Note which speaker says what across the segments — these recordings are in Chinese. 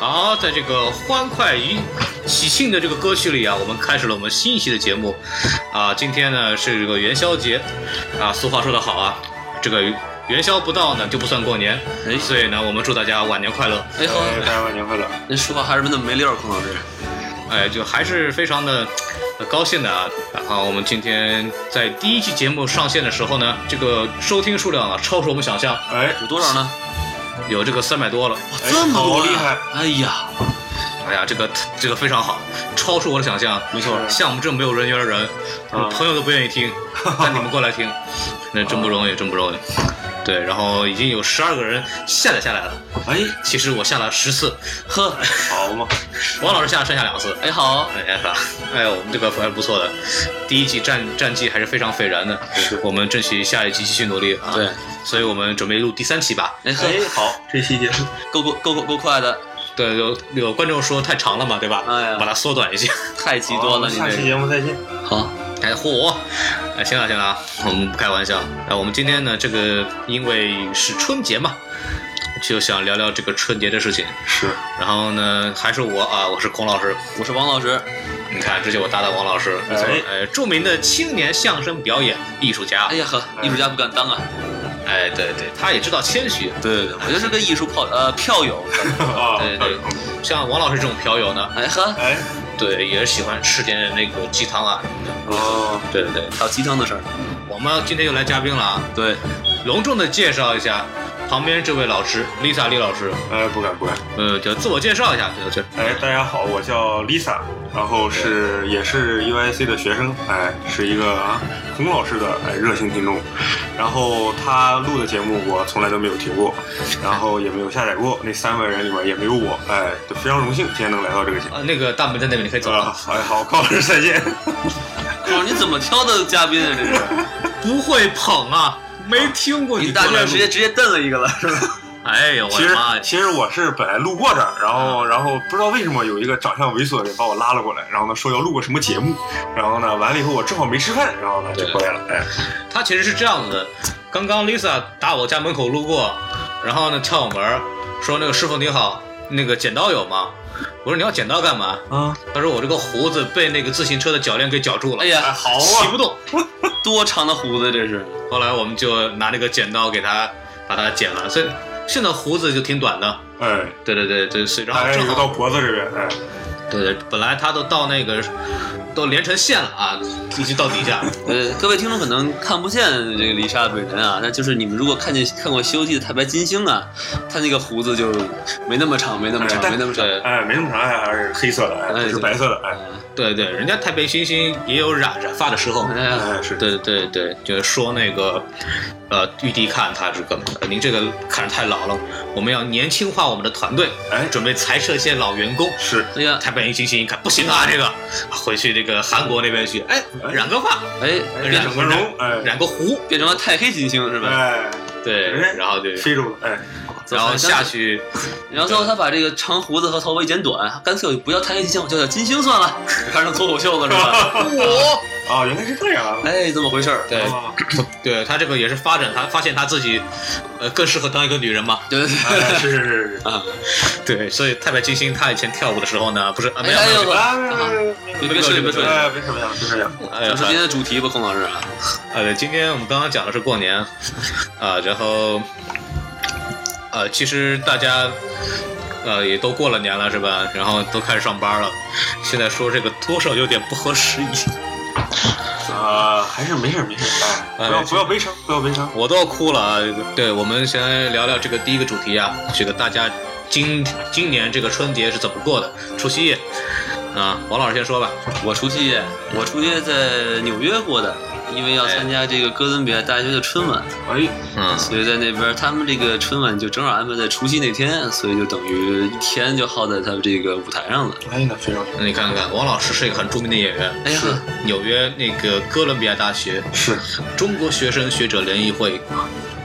Speaker 1: 好，在这个欢快与喜庆的这个歌曲里啊，我们开始了我们新一期的节目。啊，今天呢是这个元宵节，啊，俗话说得好啊，这个元宵不到呢就不算过年，
Speaker 2: 哎
Speaker 1: 所以呢我们祝大家晚年快乐。
Speaker 2: 哎
Speaker 3: 呃，
Speaker 2: 呦，
Speaker 3: 大家晚年快乐！
Speaker 2: 您说话还是那么没溜儿，孔老师。
Speaker 1: 哎，就还是非常的呃高兴的啊。然后我们今天在第一期节目上线的时候呢，这个收听数量啊超出我们想象，
Speaker 3: 哎，
Speaker 2: 有多少呢？
Speaker 1: 有这个三百多了。
Speaker 2: 哇，
Speaker 3: 哎
Speaker 2: 这么多、
Speaker 3: 好厉害！
Speaker 2: 哎呀，
Speaker 1: 哎呀，这个这个非常好，超出我的想象。
Speaker 2: 没错，
Speaker 3: 是
Speaker 1: 像我们这么没有人缘的人，
Speaker 3: 啊
Speaker 1: 朋友都不愿意 听，但你们过来听，那真不容易，真不容易。对，然后已经有十二个人下载下来了。
Speaker 2: 哎
Speaker 1: 其实我下了十次，
Speaker 2: 呵，
Speaker 3: 好嘛，
Speaker 1: 王老师下了剩下两次。
Speaker 2: 哎好，
Speaker 1: 哎呀，哎呦，我们这个还是不错的，第一季战战绩还是非常斐然的。
Speaker 3: 是
Speaker 1: 我们争取下一季继续努力啊。
Speaker 2: 对，
Speaker 1: 所以我们准备录第三期吧。
Speaker 2: 哎呵，
Speaker 3: 哎，好，这期节 目
Speaker 2: 够够够够够快的，
Speaker 1: 对，有有观众说太长了嘛，对吧？
Speaker 2: 哎呀
Speaker 1: 把它缩短一些。
Speaker 2: 哦太极端了，
Speaker 3: 好
Speaker 2: 你
Speaker 3: 下期
Speaker 2: 这
Speaker 3: 节目再见。
Speaker 2: 个好，
Speaker 1: 哎，嚯！哎，行了行了，啊，我们不开玩笑。啊，我们今天呢，这个因为是春节嘛，就想聊聊这个春节的事情。
Speaker 3: 是，
Speaker 1: 然后呢，还是我啊，我是孔老师。
Speaker 2: 我是王老师，
Speaker 1: 你看，这就我搭档王老师，
Speaker 3: 哎
Speaker 1: 呃，著名的青年相声表演艺术家
Speaker 2: 哎。呀呵，艺术家不敢当啊，
Speaker 1: 哎，对对，他也知道谦虚。
Speaker 2: 对对对，我就是个艺术炮呃票友，
Speaker 3: 啊，
Speaker 1: 对对，像王老师这种嫖友呢，
Speaker 2: 哎呵，
Speaker 3: 哎，
Speaker 1: 对，也是喜欢吃点那个鸡汤啊。
Speaker 3: 哦，
Speaker 1: 对对对，
Speaker 2: 还有鸡汤的事儿，
Speaker 1: 我们今天又来嘉宾了啊，
Speaker 2: 对，
Speaker 1: 隆重的介绍一下旁边这位老师，Lisa 李老师。
Speaker 3: 哎，不敢不敢。
Speaker 1: 呃，就自我介绍一下，就就
Speaker 3: 哎，大家好，我叫 Lisa，然后是也是 UIC 的学生，哎，是一个啊孔老师的哎热心听众，然后他录的节目我从来都没有听过，然后也没有下载过，那三位人里面也没有我，哎，就非常荣幸今天能来到这个节目。
Speaker 1: 啊，那个大门在那边，你可以走
Speaker 3: 啊
Speaker 1: 了。，
Speaker 3: 哎，好，孔老师再见。
Speaker 2: 孔哦老师你怎么挑的嘉宾啊？这是，
Speaker 1: 不会捧啊，没听过
Speaker 2: 你
Speaker 1: 过
Speaker 2: 大
Speaker 1: 来
Speaker 2: 哥直接直接瞪了一个了，是吧？
Speaker 1: 哎呦，我
Speaker 3: 其
Speaker 1: 的
Speaker 3: 实
Speaker 1: 妈呀！
Speaker 3: 其实我是本来路过这儿，然后然后不知道为什么有一个长相猥琐的人把我拉了过来，然后呢说要录个什么节目，然后呢完了以后我正好没吃饭，然后呢就
Speaker 1: 对
Speaker 3: 过来了，哎，
Speaker 1: 他其实是这样子的，刚刚 Lisa 打我家门口路过，然后呢敲我门儿，说那个师傅你好，那个剪刀有吗？我说你要剪刀干嘛？
Speaker 3: 啊，
Speaker 1: 他说我这个胡子被那个自行车的铰链给绞住了，
Speaker 2: 哎呀，
Speaker 3: 好
Speaker 1: 骑
Speaker 3: 啊，
Speaker 1: 不动。
Speaker 2: 多长的胡子这是，
Speaker 1: 后来我们就拿那个剪刀给他把它剪了，所以现在胡子就挺短的。
Speaker 3: 哎，
Speaker 1: 对对对对，是，然后
Speaker 3: 大概
Speaker 1: 正
Speaker 3: 有
Speaker 1: 好
Speaker 3: 到脖子这边，哎，
Speaker 1: 对对，本来他都到那个都连成线了啊，已经到底下了。
Speaker 2: 呃，各位听众可能看不见这个丽莎本人啊，那就是你们如果看见看过《西游记》的太白金星啊，他那个胡子就没那么长，没那么长，
Speaker 3: 哎
Speaker 2: 没那么长。
Speaker 1: 对
Speaker 3: 哎，没那么长，哎，还是黑色的，哎，
Speaker 2: 哎
Speaker 3: 不是白色的，哎，
Speaker 1: 对对，人家太白星星也有染染发的时候。
Speaker 2: 哎呀，
Speaker 3: 哎是，
Speaker 1: 对对对，就是说那个，呃，玉帝看他这个，呃您这个看着太老了，我们要年轻化我们的团队，
Speaker 3: 哎
Speaker 1: 准备裁撤一些老员工。
Speaker 3: 是，
Speaker 2: 哎呀，
Speaker 1: 太白星星一看不行啊，这个回去这个韩国那边去，哎，染个发，
Speaker 2: 哎，
Speaker 3: 哎
Speaker 1: 染
Speaker 3: 整个容，哎，
Speaker 1: 染个胡，
Speaker 2: 变成了太黑金星是吧？
Speaker 3: 哎，
Speaker 1: 对，然后就，
Speaker 3: 非洲的，哎，
Speaker 1: 然后下，去，
Speaker 2: 然后最后他把这个长胡子和头发一剪短，干脆我就不要太黑金星，我就叫金星算了，开始脱口秀了是吧？
Speaker 1: 我，
Speaker 3: 啊，原来是这样啊，
Speaker 2: 哎，这么回事儿。
Speaker 1: 对
Speaker 3: 啊
Speaker 1: 对，他这个也是发展，他发现他自己，呃，更适合当一个女人嘛，
Speaker 2: 对对对，
Speaker 3: 哎，是是是是，
Speaker 1: 对，所以太白金星他以前跳舞的时候呢，不是 啊，没有
Speaker 2: 哎
Speaker 1: 没有，
Speaker 2: 呦，
Speaker 3: 啊，没有没有没有没有
Speaker 2: 别别说别说，
Speaker 3: 哎，别这样，别这样，
Speaker 1: 哎
Speaker 2: 讲
Speaker 1: 呀
Speaker 2: 说今天的主题吧，孔老师啊。
Speaker 1: 呃，今天我们刚刚讲的是过年，啊，然后，呃，其实大家，呃，也都过了年了是吧？然后都开始上班了，现在说这个多少有点不合时宜，
Speaker 3: 啊，还是没事没事，哎，不要
Speaker 1: 哎
Speaker 3: 不要悲伤，不要悲伤。
Speaker 1: 我都要哭了啊！对，我们先来聊聊这个第一个主题啊，这个大家今今年这个春节是怎么过的？除夕夜，啊，王老师先说吧。
Speaker 2: 我除夕夜，我除夕夜在纽约过的，因为要参加这个哥伦比亚大学的春晚，
Speaker 3: 哎，
Speaker 1: 嗯，
Speaker 2: 所以在那边他们这个春晚就正好安排在除夕那天，所以就等于一天就耗在他们这个舞台上了。
Speaker 3: 哎呀，非常
Speaker 1: 那你看看，王老师是一个很著名的演员，
Speaker 2: 哎呀
Speaker 1: 是纽约那个哥伦比亚大学
Speaker 3: 是
Speaker 1: 中国学生学者联谊会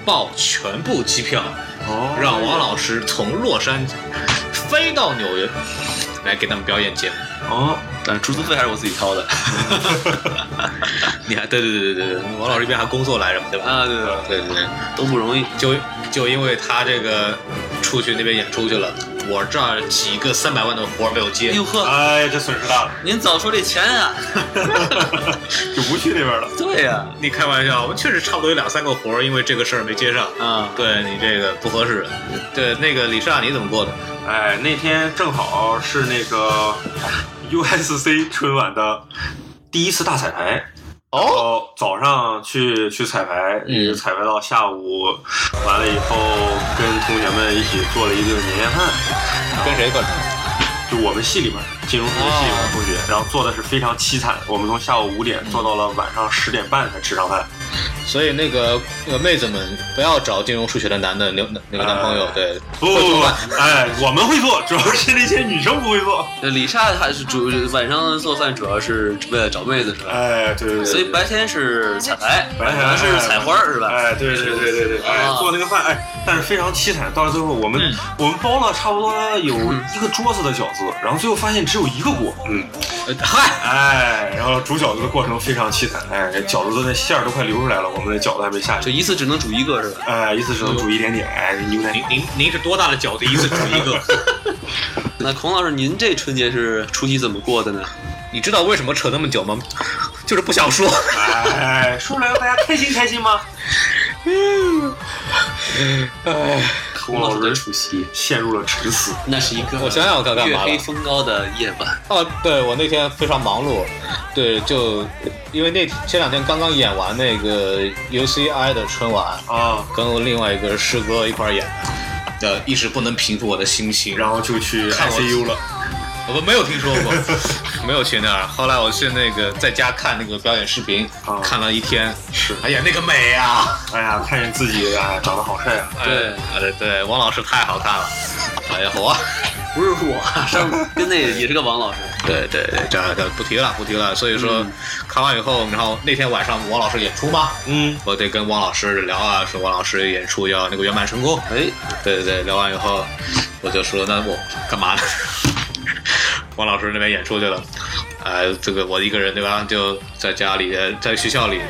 Speaker 1: 报全部机票，
Speaker 3: 哦
Speaker 1: 让王老师从洛杉矶飞到纽约来给他们表演节目。
Speaker 3: 哦，
Speaker 2: 但是住宿费还是我自己掏的
Speaker 1: 你还哎对对对对对，王老师一边还工作来着嘛，对吧？
Speaker 2: 啊，对对对，
Speaker 1: 对对对，
Speaker 2: 都不容易。
Speaker 1: 就就因为他这个出去那边演出去了，我这儿几个三百万的活儿没有接。
Speaker 2: 哟呵，
Speaker 3: 哎，这损失大了，
Speaker 2: 您早说这钱啊！
Speaker 3: 就不去那边了。
Speaker 2: 对呀、
Speaker 1: 你开玩笑，我确实差不多有两三个活儿，因为这个事儿没接上。
Speaker 2: 啊，
Speaker 1: 对你这个不合适。对，那个李尚你怎么过的？
Speaker 3: 哎，那天正好是那个 USC 春晚的第一次大彩排。哦，早上去去彩排，
Speaker 1: 嗯
Speaker 3: 一直彩排到下午，完了以后跟同学们一起做了一顿年夜饭，
Speaker 1: 跟谁过的？
Speaker 3: 就我们系里面金融科学系里面的同学，然后做的是非常凄惨，我们从下午五点做到了晚上十点半才吃上饭。
Speaker 1: 所以那个那个妹子们不要找金融数学的男的那那个男朋友，
Speaker 3: 哎
Speaker 1: 对，
Speaker 3: 不不不，哎，我们会做，主要是那些女生不会做。
Speaker 2: 那李莎还是主晚上做饭主要是为了找妹子是吧？
Speaker 3: 哎，对对对。
Speaker 2: 所以白天是彩排，晚上是采花儿是吧？
Speaker 3: 哎，对对对对对，哎
Speaker 2: 啊，
Speaker 3: 做那个饭，哎，但是非常凄惨。到最后，我们、
Speaker 1: 嗯
Speaker 3: 我们包了差不多有一个桌子的饺子，然后最后发现只有一个锅，嗯，
Speaker 1: 呃嗨，
Speaker 3: 哎，然后煮饺子的过程非常凄惨，哎，饺子的那馅儿都快流出来了，我们的饺子还没下
Speaker 2: 就
Speaker 3: 去，
Speaker 2: 一次只能煮一个是吧？
Speaker 3: 哎，一次只能煮一点点，哎，牛奶
Speaker 1: 您您您是多大的饺子一次煮一个？
Speaker 2: 那孔老师，您这春节是除夕怎么过的呢？
Speaker 1: 你知道为什么扯那么久吗？就是不想 说。
Speaker 3: 哎，说出来让大家开心开心 吗？
Speaker 1: 哎，
Speaker 2: 孔老师的除夕，
Speaker 3: 陷入了沉思。
Speaker 2: 那是一个
Speaker 1: 我想想我该干
Speaker 2: 月
Speaker 1: 嘛了
Speaker 2: 黑。风高的夜晚，
Speaker 1: 哦，对我那天非常忙碌，对，就因为那前两天刚刚演完那个 UCI 的春晚，
Speaker 3: 啊，
Speaker 1: 跟我另外一个师哥一块儿演的，呃，一直不能平复我的心情。
Speaker 3: 然后就去
Speaker 1: 看我
Speaker 3: ICU 了。
Speaker 1: 我们没有听说过， 没有去那儿。后来我去那个在家看那个表演视频，
Speaker 3: 啊
Speaker 1: 看了一天。
Speaker 3: 是，
Speaker 1: 哎呀，那个美呀、啊！
Speaker 3: 哎呀，看见自己哎长得好帅啊！
Speaker 2: 对
Speaker 1: 呃，对，王老师太好看了。哎呀，我，
Speaker 2: 不是我，上跟那也是个王老师，
Speaker 1: 对对对，这这不提了，不提了。所以说，看完以后，然后那天晚上王老师演出嘛，
Speaker 3: 嗯，
Speaker 1: 我得跟王老师聊啊，说王老师演出要那个圆满成功。
Speaker 2: 哎，
Speaker 1: 对对对，聊完以后，我就说那我干嘛呢？ 王老师那边演出去了，呃，这个我一个人对吧？就在家里，呃在学校里，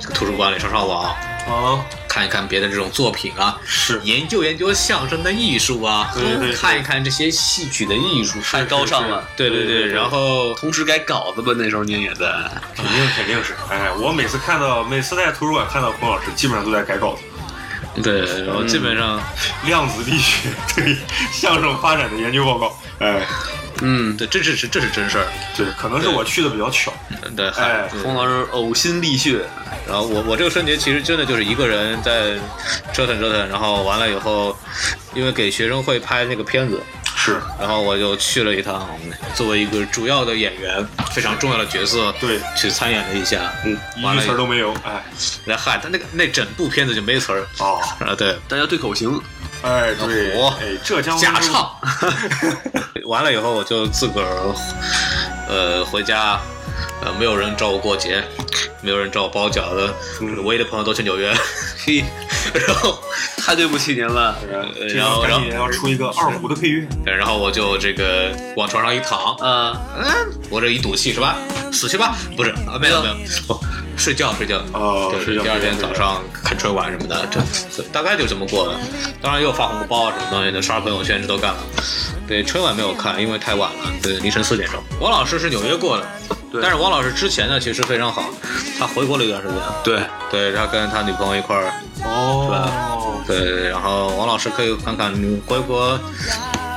Speaker 1: 这个图书馆里上上网，
Speaker 3: 啊，
Speaker 1: 看一看别的这种作品啊，
Speaker 3: 是
Speaker 1: 研究研究相声的艺术啊，
Speaker 3: 对对对
Speaker 1: 看一看这些戏曲的艺术。
Speaker 2: 太高尚了。
Speaker 1: 对对
Speaker 3: 对
Speaker 1: 对，
Speaker 3: 对对
Speaker 1: 然后
Speaker 2: 同时改稿子吧，那时候您也在，
Speaker 3: 肯定肯定是，哎，我每次看到，每次在图书馆看到孔老师，基本上都在改稿子，
Speaker 1: 对，然后基本上
Speaker 3: 量子力学对相声发展的研究报告，哎，
Speaker 2: 嗯，
Speaker 1: 对，这是是这是真事儿，
Speaker 3: 对，可能是我去的比较巧，
Speaker 1: 对，
Speaker 3: 哎
Speaker 1: 对
Speaker 2: 孔老师呕心沥血，
Speaker 1: 然后我我这个春节其实真的就是一个人在折腾折腾，然后完了以后，因为给学生会拍那个片子，
Speaker 3: 是
Speaker 1: 然后我就去了一趟，作为一个主要的演员，非常重要的角色，
Speaker 3: 对，
Speaker 1: 去参演了一下。
Speaker 3: 嗯，一
Speaker 1: 完
Speaker 3: 句
Speaker 1: 了
Speaker 3: 词儿都没有，哎，
Speaker 1: 那嗨，他那个那整部片子就没词儿
Speaker 3: 哦，
Speaker 1: 啊，对，
Speaker 2: 大家对口型，
Speaker 3: 哎，对，
Speaker 1: 火
Speaker 3: 哎，浙江温
Speaker 1: 假
Speaker 3: 州
Speaker 1: 唱。完了以后，我就自个儿呃回家，呃没有人找我过节，没有人找我包饺子，
Speaker 3: 嗯
Speaker 1: 唯一的朋友都去纽约，
Speaker 2: 嘿，
Speaker 1: 然后。
Speaker 2: 太对不起您了。
Speaker 1: 呃
Speaker 3: 这
Speaker 1: 然后
Speaker 3: 个赶紧
Speaker 1: 然
Speaker 3: 要出一个二胡的配乐，
Speaker 1: 对，然后我就这个往床上一躺，嗯
Speaker 2: 啊，
Speaker 1: 我这一赌气是吧？死去吧？不是啊，没有没有，哦 睡觉睡觉。
Speaker 3: 嗯哦
Speaker 1: 对
Speaker 3: 睡觉
Speaker 1: 第二
Speaker 3: 睡
Speaker 1: 天
Speaker 3: 觉
Speaker 1: 早上看春晚什么的，这这大概就这么过的。当然也有发红包啊，什么东西的，刷朋友圈这都干了。对，春晚没有看，因为太晚了，对，凌晨四点钟。王老师是纽约过的，
Speaker 2: 对
Speaker 1: 但是王老师之前呢其实非常好，他回国了一段时间，
Speaker 2: 对，
Speaker 1: 对他跟他女朋友一块儿
Speaker 3: 哦，
Speaker 1: 对，然后王老师可以看看你回国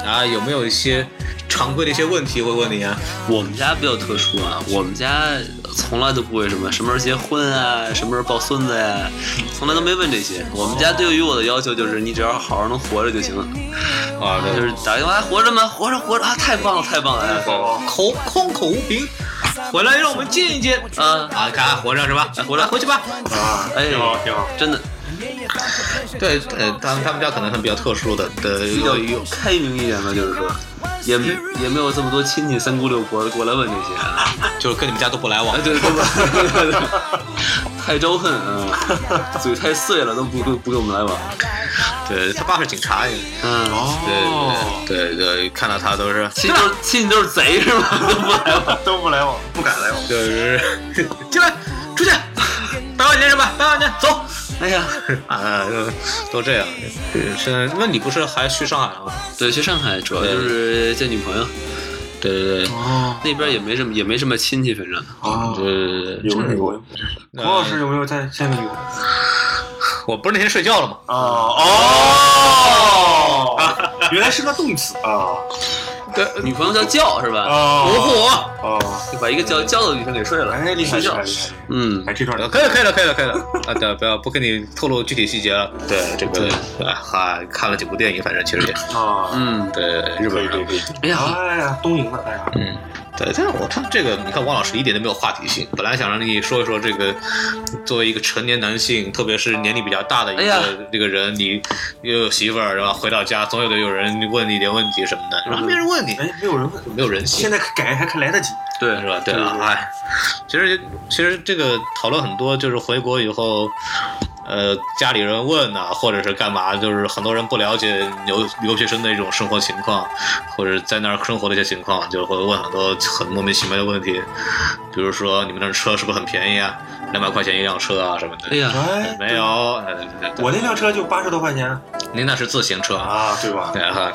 Speaker 1: 啊有没有一些常规的一些问题会问你啊。
Speaker 2: 我们家比较特殊啊，我们家从来都不会什么什么时候结婚啊，什么时候抱孙子呀、从来都没问这些。我们家对于我的要求就是，你只要好好能活着就行了。
Speaker 1: 啊，
Speaker 2: 就
Speaker 1: 这
Speaker 2: 是打电话还哎活着吗？活着活着啊，太棒了，太棒了！哎
Speaker 1: 口空口无凭，回来让我们见一见
Speaker 2: 啊
Speaker 1: 啊！看看活着是吧？
Speaker 2: 哎活着
Speaker 1: 啊回去吧。
Speaker 3: 啊，
Speaker 2: 哎
Speaker 3: 挺好挺好。
Speaker 2: 真的
Speaker 1: 对，呃，他们他们家可能很比较特殊的，的
Speaker 2: 比较
Speaker 1: 有有
Speaker 2: 开明一点吧，就是说，也也没有这么多亲戚三姑六婆过来问这些啊。
Speaker 1: 就是跟你们家都不来往
Speaker 2: 哎，。对对吧？ 太招恨啊， 嘴太碎了，都不跟不跟我们来往。
Speaker 1: 对他爸是警察，
Speaker 2: 嗯，
Speaker 3: 哦，
Speaker 1: 对对对对，看到他都是
Speaker 2: 亲戚都是亲戚都是贼是吧？ 都不来往。
Speaker 3: 都不来往，不敢来往。
Speaker 1: 就是进来出去，八万年什么？八万年走。
Speaker 2: 哎呀，
Speaker 1: 啊，都这样。是，那你不是还去上海了吗？
Speaker 2: 对，去上海主要就是见女朋友，
Speaker 1: 对对对，
Speaker 3: 哦
Speaker 2: 那边也没什么也没什么亲戚，反正
Speaker 3: 哦，
Speaker 1: 对对对，
Speaker 3: 有没有女朋友？
Speaker 1: 那
Speaker 3: 孔老师有没有在现在有？啊
Speaker 1: 我不是那天睡觉了吗？
Speaker 3: 哦， 原来是个动词啊
Speaker 1: 对，
Speaker 2: 女朋友叫叫是吧？
Speaker 3: 哦
Speaker 1: 我
Speaker 3: 哦，
Speaker 2: 就把一个叫叫的女生给睡了。
Speaker 3: 哎，厉害
Speaker 2: 睡
Speaker 3: 厉
Speaker 2: 觉
Speaker 3: 害。厉害！
Speaker 2: 嗯，
Speaker 3: 哎，这段
Speaker 1: 嚯，可以了可以了可以了可以 了啊！对，不要不跟你透露具体细节了。对，这个啊，还看了几部电影，反正其实也
Speaker 3: 啊，
Speaker 2: 嗯，
Speaker 1: 对日
Speaker 3: 可
Speaker 1: 本
Speaker 3: 以可以
Speaker 1: 人。
Speaker 3: 可以。
Speaker 2: 哎呀，
Speaker 3: 哎呀，东营了，哎呀，
Speaker 1: 嗯，对，但是我看这个，你看王老师一点都没有话题性。本来想让你说一说这个，作为一个成年男性，特别是年龄比较大的一
Speaker 2: 哎呀
Speaker 1: 个这个人，你又有媳妇儿，然后回到家，总有的有人问你一点问题什么的，然后没人问你，
Speaker 3: 哎，没有人问，
Speaker 1: 没有人性
Speaker 3: 现。在改还可来得及。
Speaker 2: 对
Speaker 1: 是吧？对啊
Speaker 3: 对，对
Speaker 1: 哎，其实其实这个讨论很多，就是回国以后，呃，家里人问呐、或者是干嘛，就是很多人不了解留留学生的一种生活情况，或者在那儿生活的一些情况，就会问很多很莫名其妙的问题，比如说你们那儿车是不是很便宜啊？两百块钱一辆车啊什么的。
Speaker 2: 哎呀，
Speaker 3: 哎，
Speaker 1: 没有，呃
Speaker 3: 我那辆车就八十多块钱
Speaker 1: 您那是自行车啊。
Speaker 3: 啊，对吧？
Speaker 1: 对哈，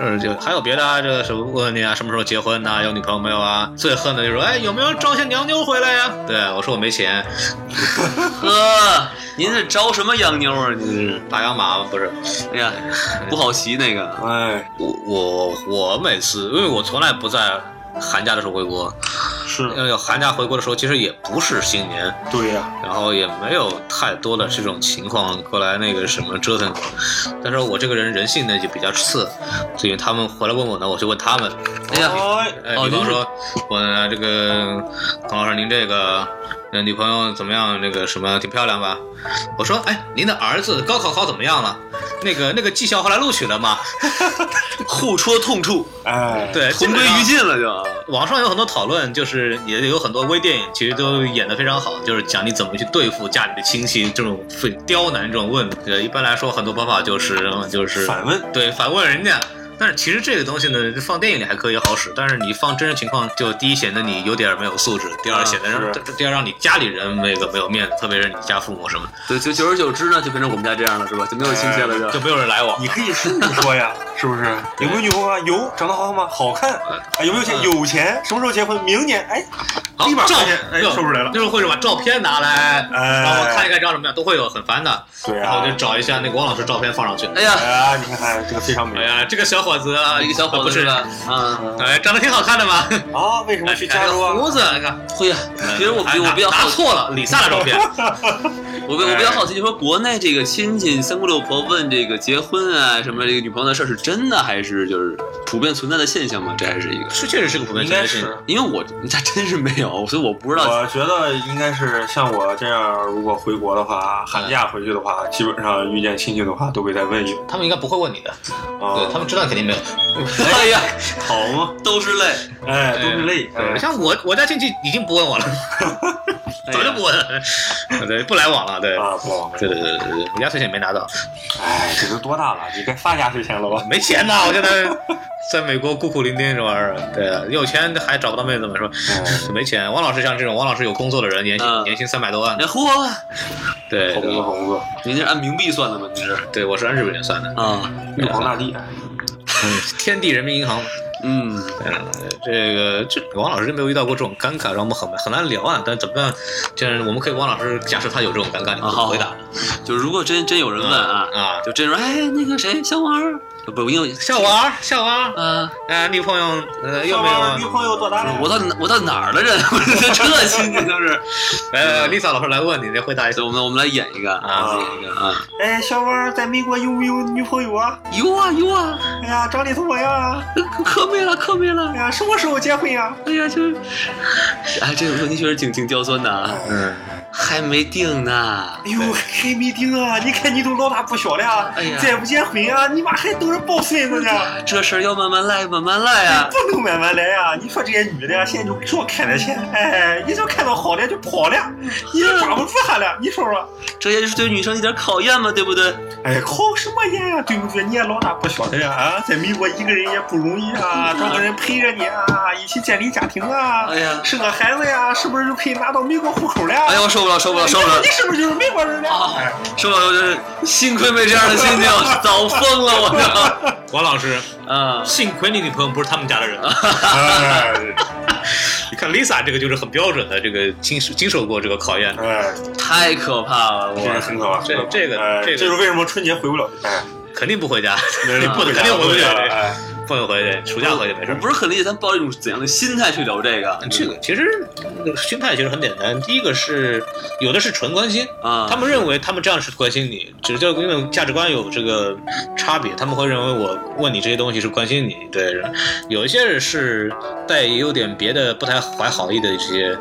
Speaker 1: 呃，就还有别的啊，这个什么问你啊，什么时候结婚呐、有女朋友没有啊？最恨的就是说，哎，有没有招些洋妞回来呀、对我说我没钱，
Speaker 2: 呵，您这招什么洋妞啊？您这是？
Speaker 1: 大洋马不是
Speaker 2: 哎呀，不好骑那个。
Speaker 3: 哎，
Speaker 1: 我我我每次，因为我从来不在寒假的时候回国，
Speaker 3: 是
Speaker 2: 呃
Speaker 1: 因为寒假回国的时候其实也不是新年，
Speaker 3: 对呀，
Speaker 1: 然后也没有太多的这种情况过来那个什么折腾过。但是我这个人人性呢就比较次，所以他们回来问我呢，我就问他们，
Speaker 2: 哎呀，
Speaker 3: 哎，
Speaker 1: 呃，
Speaker 2: 哦
Speaker 1: 比方
Speaker 2: 就是
Speaker 1: 说，我呢这个孔老师，您这个呃女朋友怎么样？那个什么，挺漂亮吧？我说，哎，您的儿子高考考怎么样了？那个那个技校后来录取了吗？
Speaker 2: 互戳痛处，
Speaker 3: 哎，
Speaker 1: 对，
Speaker 2: 同归于。尽了就。
Speaker 1: 网上有很多讨论，就是也有很多微电影，其实都演得非常好，就是讲你怎么去对付家里的亲戚这种非刁难这种问题。呃，一般来说，很多方法就是呃就是
Speaker 3: 反问，
Speaker 1: 对，反问人家。但是其实这个东西呢，放电影里还可以好使，但是你放真实情况，就第一显得你有点没有素质，第二
Speaker 2: 啊
Speaker 1: 显得让、
Speaker 3: 嗯是
Speaker 1: 第二让你家里人那个没有面子，特别是你家父母什么，
Speaker 2: 对，就久而久之呢，就变成我们家这样了，是吧？就没有亲戚了，就
Speaker 1: 就没有人来往。
Speaker 3: 你可以顺着说呀，是不是？有没有女朋友啊？有，长得好看吗？好看。
Speaker 2: 呃
Speaker 3: 啊，有没有钱？有钱。什么时候结婚？明年。哎，
Speaker 1: 好，
Speaker 3: 立马
Speaker 1: 照
Speaker 3: 发现哎
Speaker 1: 就
Speaker 3: 说不出来了
Speaker 1: 就是会把照片拿来，
Speaker 3: 哎
Speaker 1: 让我看一看长什么样，都会有很烦的。
Speaker 3: 对
Speaker 1: 然后
Speaker 3: 啊
Speaker 1: 我就，找一下那个王老师照片放上去。
Speaker 2: 哎呀，
Speaker 3: 哎呀，你看看这个非常
Speaker 1: 哎
Speaker 3: 美
Speaker 1: 呀，这个小伙子啊，
Speaker 2: 一个小伙
Speaker 1: 不
Speaker 2: 子是
Speaker 1: 是，
Speaker 2: 吧？啊，
Speaker 1: 哎，长得挺好看的嘛。
Speaker 3: 啊！为什么去加州
Speaker 1: 哎
Speaker 3: 啊？
Speaker 1: 胡子，你看，哎
Speaker 2: 会哎呀，哎其实我比我比较
Speaker 1: 拿拿
Speaker 2: 好，
Speaker 1: 错了，李萨的照 片。
Speaker 2: 我比我比较好奇，就说国内这个亲戚三姑六婆问这个结婚啊什么这个女朋友的事儿是真的还是就是普遍存在的现象吗？这还是一个，
Speaker 1: 是确实是个普遍
Speaker 3: 应
Speaker 1: 存在
Speaker 3: 该
Speaker 1: 现象
Speaker 3: 是。
Speaker 2: 因为我这真是没有，所以我不知道。
Speaker 3: 我觉得应该是像我这样，如果回国的话，寒假回去的话，基本上遇见亲戚的话，都会再问一问
Speaker 1: 他们应该不会问你的，对他
Speaker 3: 啊，
Speaker 1: 们知道肯定没有。
Speaker 2: 哎呀，
Speaker 3: 好吗？
Speaker 2: 都是泪，
Speaker 3: 哎，都是泪。
Speaker 1: 对，
Speaker 3: 哎
Speaker 1: 像我我家亲戚已经不问我了，
Speaker 2: 哎
Speaker 1: 早就不问了，对，不来往了，对。
Speaker 3: 啊，不枉费。
Speaker 1: 对对对对对，我压岁钱也没拿到，
Speaker 3: 哎，这都多大了？你该发压岁钱了吧？
Speaker 1: 没钱呐！我现在在美国孤苦伶仃这玩意儿，对啊，有钱还找不到妹子嘛，是吧？没钱。王老师像这种，王老师有工作的人，年薪、
Speaker 2: 嗯
Speaker 1: 年薪三百多万
Speaker 2: 哎，，嚯，
Speaker 1: 对
Speaker 3: 红哥，
Speaker 1: 对
Speaker 3: 红哥，
Speaker 2: 您这是按冥币算的吗？您是
Speaker 1: 对，我是按日本人算的，
Speaker 2: 啊，
Speaker 3: 玉皇大帝。
Speaker 1: 天地人民银行。
Speaker 2: 嗯，
Speaker 1: 嗯，这个这王老师就没有遇到过这种尴尬，让我们很很难聊啊。但怎么样，就是我们可以王老师假设他有这种尴尬，你怎
Speaker 2: 啊
Speaker 1: 么
Speaker 2: 好
Speaker 1: 回答？
Speaker 2: 就如果真真有人问啊，
Speaker 1: 啊，
Speaker 2: 就真说，哎，那个谁，小王儿，不因为
Speaker 1: 小王儿，小王儿，
Speaker 2: 啊，
Speaker 1: 啊，女朋友，呃，
Speaker 3: 小
Speaker 1: 有没有
Speaker 3: 王，
Speaker 1: 啊
Speaker 3: 女？朋友多大了？
Speaker 2: 我到哪我到哪儿了这？ 我这这亲戚就是，
Speaker 1: 来来来，Lisa 哎老师来问你，来回答一下
Speaker 2: 所。以我们我们来演一个
Speaker 1: 啊
Speaker 2: 演一个啊，
Speaker 3: 哎，小王在美国有没有女朋友啊？
Speaker 2: 有啊有啊，
Speaker 3: 哎呀，长得怎么样啊？
Speaker 2: 可可美了可美了
Speaker 3: 哎，呀，什么时候结婚呀、
Speaker 2: 哎呀就是，哎这个问题确实挺挺刁钻的啊，
Speaker 1: 嗯，
Speaker 2: 还没定呢
Speaker 3: 哎，呦，还没定啊！你看你都老大不小了呀，
Speaker 2: 哎呀
Speaker 3: 再不结婚啊，你妈还等着抱孙子呢，
Speaker 2: 这事儿要慢慢来慢慢来啊。
Speaker 3: 不能慢慢来呀、你说这些女的呀，现在就只看着钱，哎，一就看到好的就跑了，
Speaker 2: 嗯
Speaker 3: 你也抓不住她了，你说说，
Speaker 2: 这也是对女生一点考验嘛，对不对？
Speaker 3: 哎，考什么研呀、对不对？你也老大不小的呀，啊，在美国一个人也不容易啊，找个人陪着你啊，一起建立家庭啊
Speaker 2: 哎，呀，
Speaker 3: 生个孩子呀，是不是就可以拿到美国户口了？
Speaker 2: 哎呀，我受不了，受不了，受不 了
Speaker 3: 你，是不是就是美国人了
Speaker 2: 啊？
Speaker 3: 哎
Speaker 2: 受不了！我就是幸亏没这样的心情，早疯了我这。
Speaker 1: 王老师，
Speaker 2: 啊，
Speaker 1: 幸亏你女朋友不是他们家的人。
Speaker 3: 哎
Speaker 1: 啊 你看 Lisa 这个就是很标准的，这个经受经受过这个考验的。
Speaker 3: 哎。
Speaker 2: 太可怕了，
Speaker 3: 这个
Speaker 2: 我
Speaker 3: 很可怕，
Speaker 1: 这
Speaker 3: 很可怕
Speaker 1: 这个
Speaker 3: 哎
Speaker 1: 这个
Speaker 3: 这就是为什么春节回不了，哎，
Speaker 1: 肯定不回家，
Speaker 3: 那是
Speaker 1: 不
Speaker 3: 回
Speaker 1: 肯
Speaker 3: 家
Speaker 1: 定回
Speaker 3: 不
Speaker 1: 不
Speaker 3: 了，
Speaker 1: 了，
Speaker 3: 哎，
Speaker 1: 不能回去，暑假回去没事
Speaker 2: 我
Speaker 1: 儿。
Speaker 2: 不是嗯很理解咱们抱着一种怎样的心态去聊这个
Speaker 1: 这个其实呃心态其实很简单，第一个是有的是纯关心，
Speaker 2: 啊。
Speaker 1: 他们认为他们这样是关心你，只就因为价值观有这个差别，他们会认为我问你这些东西是关心你。对，有一些人是带有点别的不太怀好意的一些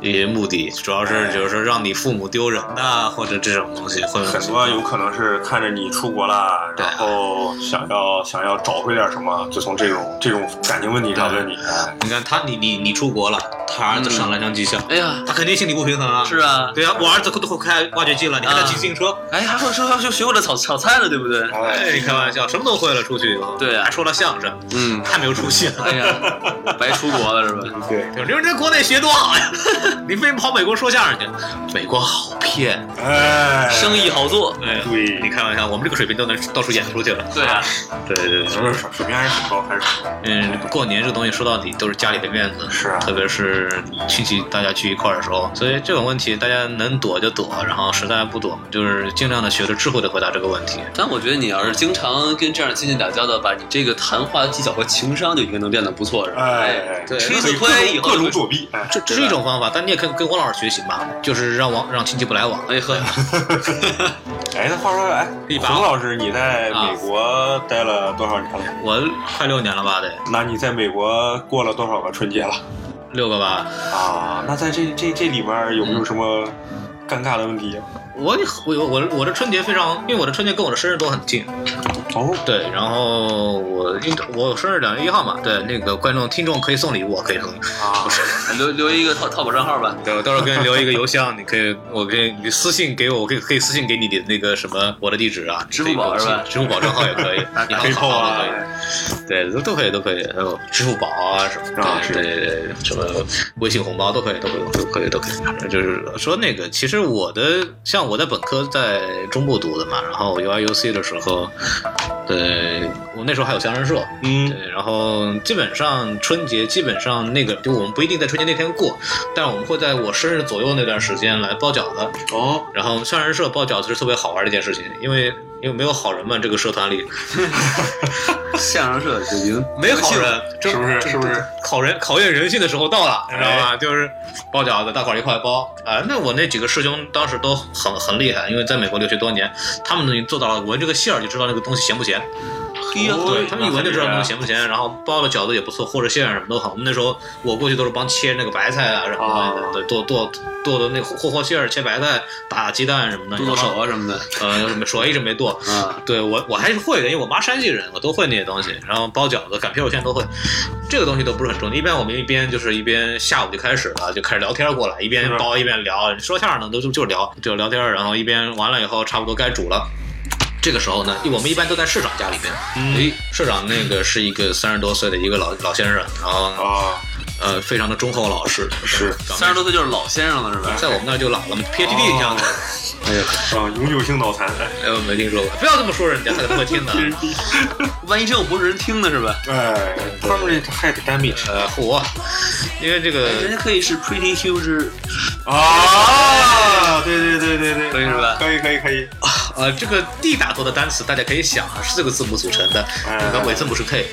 Speaker 1: 一些目的，主要是就是说让你父母丢人呐、或者这种东西会
Speaker 3: 很多有可能是看着你出国
Speaker 1: 嗯
Speaker 3: 了，
Speaker 1: 对
Speaker 3: 然后想要想要找回点什么，就从这种这种感情问题上问你，哎
Speaker 1: 你看他，你你你出国了，他儿子上南翔技校，
Speaker 2: 哎呀，
Speaker 1: 他肯定心理不平衡啊。
Speaker 2: 是啊，
Speaker 1: 对啊，我儿子都都开挖掘机了，你看他
Speaker 2: 啊
Speaker 1: 骑自行车，
Speaker 2: 哎，还会说还学学会了炒炒菜了，对不对？
Speaker 1: 哎，你开玩笑，什么都会了，出去以后，
Speaker 2: 对啊
Speaker 1: 还说了相声，
Speaker 2: 嗯，
Speaker 1: 太没有出息了。
Speaker 2: 哎 呀，白出国了是吧？
Speaker 3: 对，
Speaker 1: 有人在国内学多好呀， 你为什么跑美国说相声去？美国好骗，
Speaker 3: 哎，
Speaker 2: 生意好做，
Speaker 1: 哎呀，
Speaker 3: 对
Speaker 1: 你开玩笑，我们这个水平都能到处演出去了。
Speaker 2: 对啊，
Speaker 1: 对对对，
Speaker 3: 不是水平还是挺高，还是挺高
Speaker 1: 嗯，过年这个东西说到底都是家里的面子，
Speaker 3: 是啊
Speaker 1: 特别是亲戚大家聚一块儿的时候，所以这种问题大家能躲就躲，然后实在不躲，就是尽量的学着智慧的回答这个问题。
Speaker 2: 但我觉得你要是经常跟这样的亲戚打交道吧，你这个谈话技巧和情商就应该能练得不错，是吧？
Speaker 3: 哎，
Speaker 1: 对
Speaker 2: 吃一
Speaker 3: 可
Speaker 2: 次
Speaker 3: 以
Speaker 2: 亏以后
Speaker 3: 各
Speaker 2: 就
Speaker 3: 种
Speaker 2: 会
Speaker 3: 作弊，哎，
Speaker 1: 这这是一种方法，但你也可以跟王老师学习嘛，就是让王让亲戚不来往。
Speaker 2: 哎呵，
Speaker 3: 哎，那话说，哎
Speaker 1: 一，把
Speaker 3: 洪老师，你在
Speaker 1: 啊
Speaker 3: 美国待了多少年了？
Speaker 1: 我快六年了吧，得
Speaker 3: 那你在美国过了多少个春节了？
Speaker 1: 六个吧。
Speaker 3: 啊，那在这这这里面有没有什么尴尬的问题？
Speaker 1: 我我我我的春节非常，因为我的春节跟我的生日都很近，
Speaker 3: 哦，
Speaker 1: 对，然后我应我生日两月一号嘛，对，那个观众听众可以送礼物，我可以送礼物，
Speaker 3: 啊，
Speaker 2: 留留一个淘淘宝账号吧。
Speaker 1: 对，到时候给你留一个邮箱，你可以，我可以你私信给我，我可以可以私信给你的那个什么我的地址啊，
Speaker 2: 支付宝是吧
Speaker 1: 支付宝账号也可以，你
Speaker 3: 可以
Speaker 1: 好
Speaker 3: 扣
Speaker 1: 好
Speaker 3: 啊
Speaker 1: 好都可以，对，都都可以都可以，还有支付宝啊什么
Speaker 3: 啊
Speaker 1: 的，
Speaker 3: 是
Speaker 1: 对对对，什么微信红包都可以，都可以，都可以，都可以。就是说那个，其实我的像我在本科在中部读的嘛，然后 U I U C 的时候，对我那时候还有相声社，
Speaker 3: 嗯，
Speaker 1: 对，然后基本上春节基本上那个就我们不一定在春节那天过，但是我们会在我生日左右那段时间来包饺子，
Speaker 3: 哦，
Speaker 1: 然后相声社包饺子是特别好玩的一件事情，因为。因为没有好人嘛，这个社团里
Speaker 2: 相声社就已经
Speaker 1: 没好人，
Speaker 3: 是不是？是不是？
Speaker 1: 考人考验人性的时候到了，你
Speaker 3: 哎
Speaker 1: 知道吧？就是包饺子，大伙儿一块包啊、那我那几个师兄当时都很很厉害，因为在美国留学多年，他们能做到了闻这个馅儿就知道那个东西咸不咸。
Speaker 2: 嘿呀，
Speaker 3: 哦
Speaker 1: 对他们一闻就知道
Speaker 2: 啊
Speaker 1: 那个咸不咸，然后包的饺子也不错，和着馅儿什么都好。我们那时候我过去都是帮切那个白菜啊，然后
Speaker 3: 哦
Speaker 1: 对剁剁剁的那个和和馅儿、切白菜、打鸡蛋什么的。
Speaker 2: 剁剁手啊什么的
Speaker 1: 呃，没手一直没剁。
Speaker 2: 啊，
Speaker 1: 对我我还是会的，因为我妈山西人，我都会那些东西。然后包饺子、擀皮肉馅都会，这个东西都不是很重要。一般我们一边就是一边下午就开始了，就开始聊天过来，一边
Speaker 3: 是
Speaker 1: 包一边聊，说相声的都就就聊就聊天，然后一边完了以后差不多该煮了。这个时候呢，我们一般都在市长家里边。
Speaker 3: 嗯，
Speaker 1: 社长那个是一个三十多岁的一个老老先生，然后
Speaker 3: 啊，
Speaker 1: 呃非常的忠厚老实，
Speaker 3: 是
Speaker 1: 长得
Speaker 2: 三十多岁就是老先生了是吧？
Speaker 3: 哦
Speaker 1: 在我们那儿就老了嘛，PhD 一样的，
Speaker 2: 哎呀，
Speaker 3: 啊，永久性脑残，哎
Speaker 1: 哎，我没听说过，不要这么说人家，他怎么会听呢？
Speaker 2: 万一真有不是人听的是吧？
Speaker 3: 哎，他们这 head damage
Speaker 1: 呃，火，因为这
Speaker 2: 人
Speaker 1: 个
Speaker 2: 家可以是 pretty huge，
Speaker 3: 啊，对对对对对，
Speaker 2: 可以是吧
Speaker 3: 啊可以可以可以，
Speaker 1: 呃，这个 D 打头的单词，大家可以想啊，是这个字母组成的，
Speaker 3: 哎
Speaker 1: 跟尾字母是 K，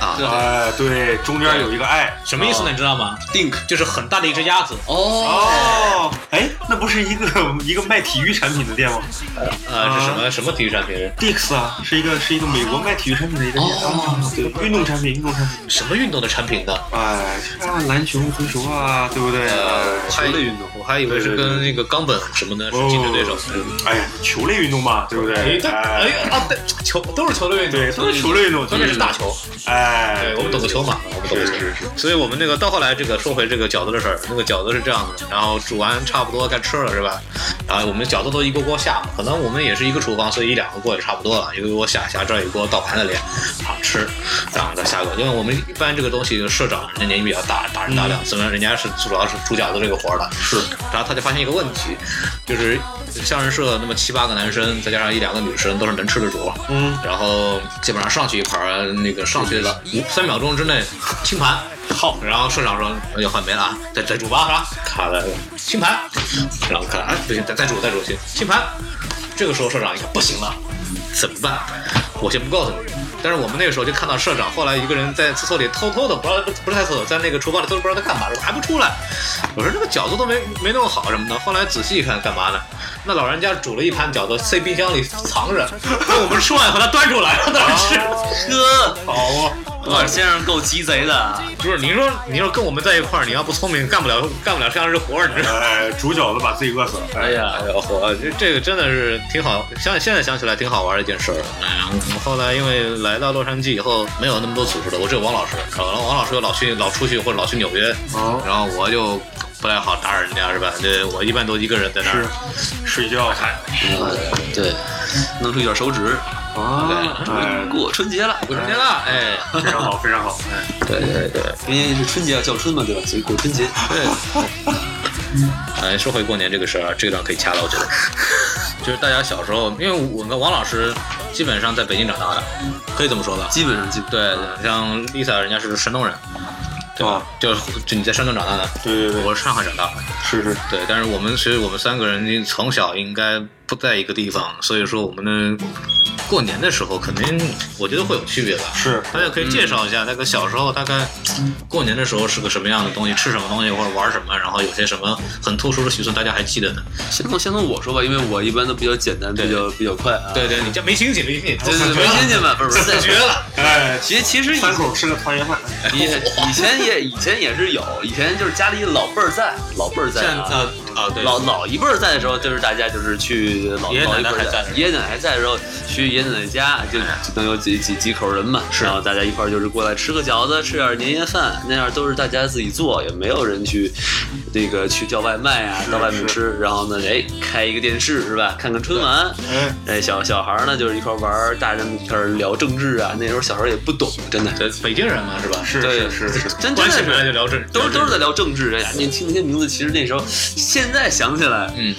Speaker 1: 啊，
Speaker 3: 哎，对，中间有一个 i，
Speaker 1: 什么意思呢？你知道吗？
Speaker 2: think
Speaker 1: 就是很大的一只鸭子，
Speaker 2: 哦，
Speaker 3: 哦，哎，那不是一个一个卖体育产品的店吗
Speaker 1: 呃，是什么什么体育产品？
Speaker 3: ？Dix 啊，是一个是一个美国卖体育产品的一个店啊，对，运动产品，运动产品，
Speaker 1: 什么运动的产品呢？
Speaker 3: 哎，啊，篮球、足球啊，对不对？
Speaker 1: 呃，
Speaker 3: 哎
Speaker 1: 球类运动，我还以为是跟那个冈本什么的是竞争对手。
Speaker 3: 哦哎呀，球类运动嘛，对不对？
Speaker 1: 哎，对，哎
Speaker 3: 哎，
Speaker 1: 啊，对，球都是球类运动，
Speaker 3: 对，都是球类运动，
Speaker 1: 关键是大球。
Speaker 3: 哎，
Speaker 1: 对，我们懂个球嘛，我们懂个球。
Speaker 3: 是是是
Speaker 1: 所以我们那个到后来这个说回这个饺子的事儿，那个饺子是这样的，然后煮完差不多该吃了是吧？然后我们饺子都一锅锅下嘛，可能我们也是一个厨房，所以一两个锅也差不多了，一个锅下下这儿一锅倒盘子里，好吃，然后再下锅。因为我们一般这个东西社长人家年纪比较大，大人大
Speaker 3: 嗯
Speaker 1: 量，虽然人家是主要是煮饺子这个活儿的，是，然后他就发现一个问题，就是相声社那么七八个男生，再加上一两个女生，都是能吃的主，
Speaker 3: 嗯，
Speaker 1: 然后基本上上去一盘儿，那个上去了五三秒钟之内清盘。好，然后社长说那就换没了啊，再再煮吧，是吧？卡了，清盘，然后看哎不行，再再煮再煮行，清盘。这个时候社长一看不行了，怎么办？我先不告诉你。但是我们那个时候就看到社长后来一个人在厕所里偷偷的，不知道不是在厕所，在那个厨房里偷偷不知道在干嘛，我还不出来。我说这个饺子都没没弄好什么的。后来仔细一看，干嘛呢？那老人家煮了一盘饺子，塞冰箱里藏着， 等我们吃完以后，他端出来让大家吃。
Speaker 2: 哥，
Speaker 3: 好啊，
Speaker 2: 老先生够鸡贼的啊，
Speaker 1: 不是你说你说跟我们在一块儿，你要不聪明，干不了干不了这样的活儿，你知道吗？
Speaker 3: 哎，煮饺子把自己饿死了，
Speaker 2: 哎
Speaker 3: 哎，
Speaker 2: 呀
Speaker 1: 哎，呦我这这个真的是挺好，想现在想起来挺好玩的一件事儿。哎我们后来因为来到洛杉矶以后，没有那么多组织的，我只有王老师，然后王老师又老去老出去或者老去纽约，
Speaker 3: 哦
Speaker 1: 然后我就不太好打扰人家是吧？对我一般都一个人在那儿。
Speaker 3: 是睡觉哎
Speaker 1: 看，
Speaker 2: 对，弄出一点手指，
Speaker 3: 啊，哎，
Speaker 2: 过春节了。
Speaker 1: 过春节了，哎，
Speaker 3: 非常好，非常好，哎，
Speaker 1: 对对对，
Speaker 2: 因为是春节要叫春嘛，对吧？所以过春节。
Speaker 1: 对。 哎，说回过年这个事儿啊，这段可以掐了，我觉得。 就是大家小时候，因为我跟王老师基本上在北京长大的，可以这么说吧？
Speaker 2: 基本上基本
Speaker 1: 对，像 Lisa 人家是山东人，对吧？
Speaker 3: 啊
Speaker 1: 就是就你在山东长大的，
Speaker 3: 对对对，
Speaker 1: 我是上海长大的，
Speaker 3: 是是，
Speaker 1: 对。但是我们其实我们三个人从小应该不在一个地方，所以说我们的过年的时候肯定我觉得会有区别吧。
Speaker 3: 是
Speaker 1: 大家可以介绍一下，那个小时候大概过年的时候是个什么样的东西，吃什么东西或者玩什么，然后有些什么很特殊的习俗，大家还记得呢？
Speaker 2: 先从先从我说吧，因为我一般都比较简单，
Speaker 1: 对
Speaker 2: 比较比较快啊。
Speaker 1: 对对，你这没清醒，没清醒，
Speaker 2: 对对，对，没听见吧？不是不是，
Speaker 1: 绝了！
Speaker 3: 哎，
Speaker 2: 其实其实以
Speaker 3: 三口吃个团圆饭，
Speaker 2: 以以前也以前也是有，以前就是家里老辈儿在，老辈儿在
Speaker 1: 像
Speaker 2: 啊。
Speaker 1: 呃啊，对，
Speaker 2: 老老一辈儿在的时候，就是大家就是去老
Speaker 1: 爷爷
Speaker 2: 老
Speaker 1: 奶
Speaker 2: 一辈
Speaker 1: 奶还在
Speaker 2: 儿
Speaker 1: 的时候哎
Speaker 2: 爷爷奶奶还在的时候去爷爷奶奶家，就就能有几几几口人嘛，然后大家一块儿就是过来吃个饺子，吃点年夜饭，那样都是大家自己做，也没有人去那个去叫外卖啊，到外面吃，然后呢，哎，开一个电视是吧，看看春晚，
Speaker 3: 哎，
Speaker 2: 哎，小小孩儿呢就是一块儿玩儿，大人一块儿聊政治啊。那时候小孩儿也不懂，真的，
Speaker 1: 对北京人嘛，是吧？
Speaker 3: 是
Speaker 2: 对
Speaker 3: 是是是，
Speaker 2: 真真
Speaker 1: 关
Speaker 2: 的
Speaker 1: 起门来
Speaker 2: 是
Speaker 1: 就聊政，
Speaker 2: 都是都是
Speaker 1: 在
Speaker 2: 在聊政治。哎呀，你听那些名字，其实那时候现在想起来
Speaker 1: 嗯，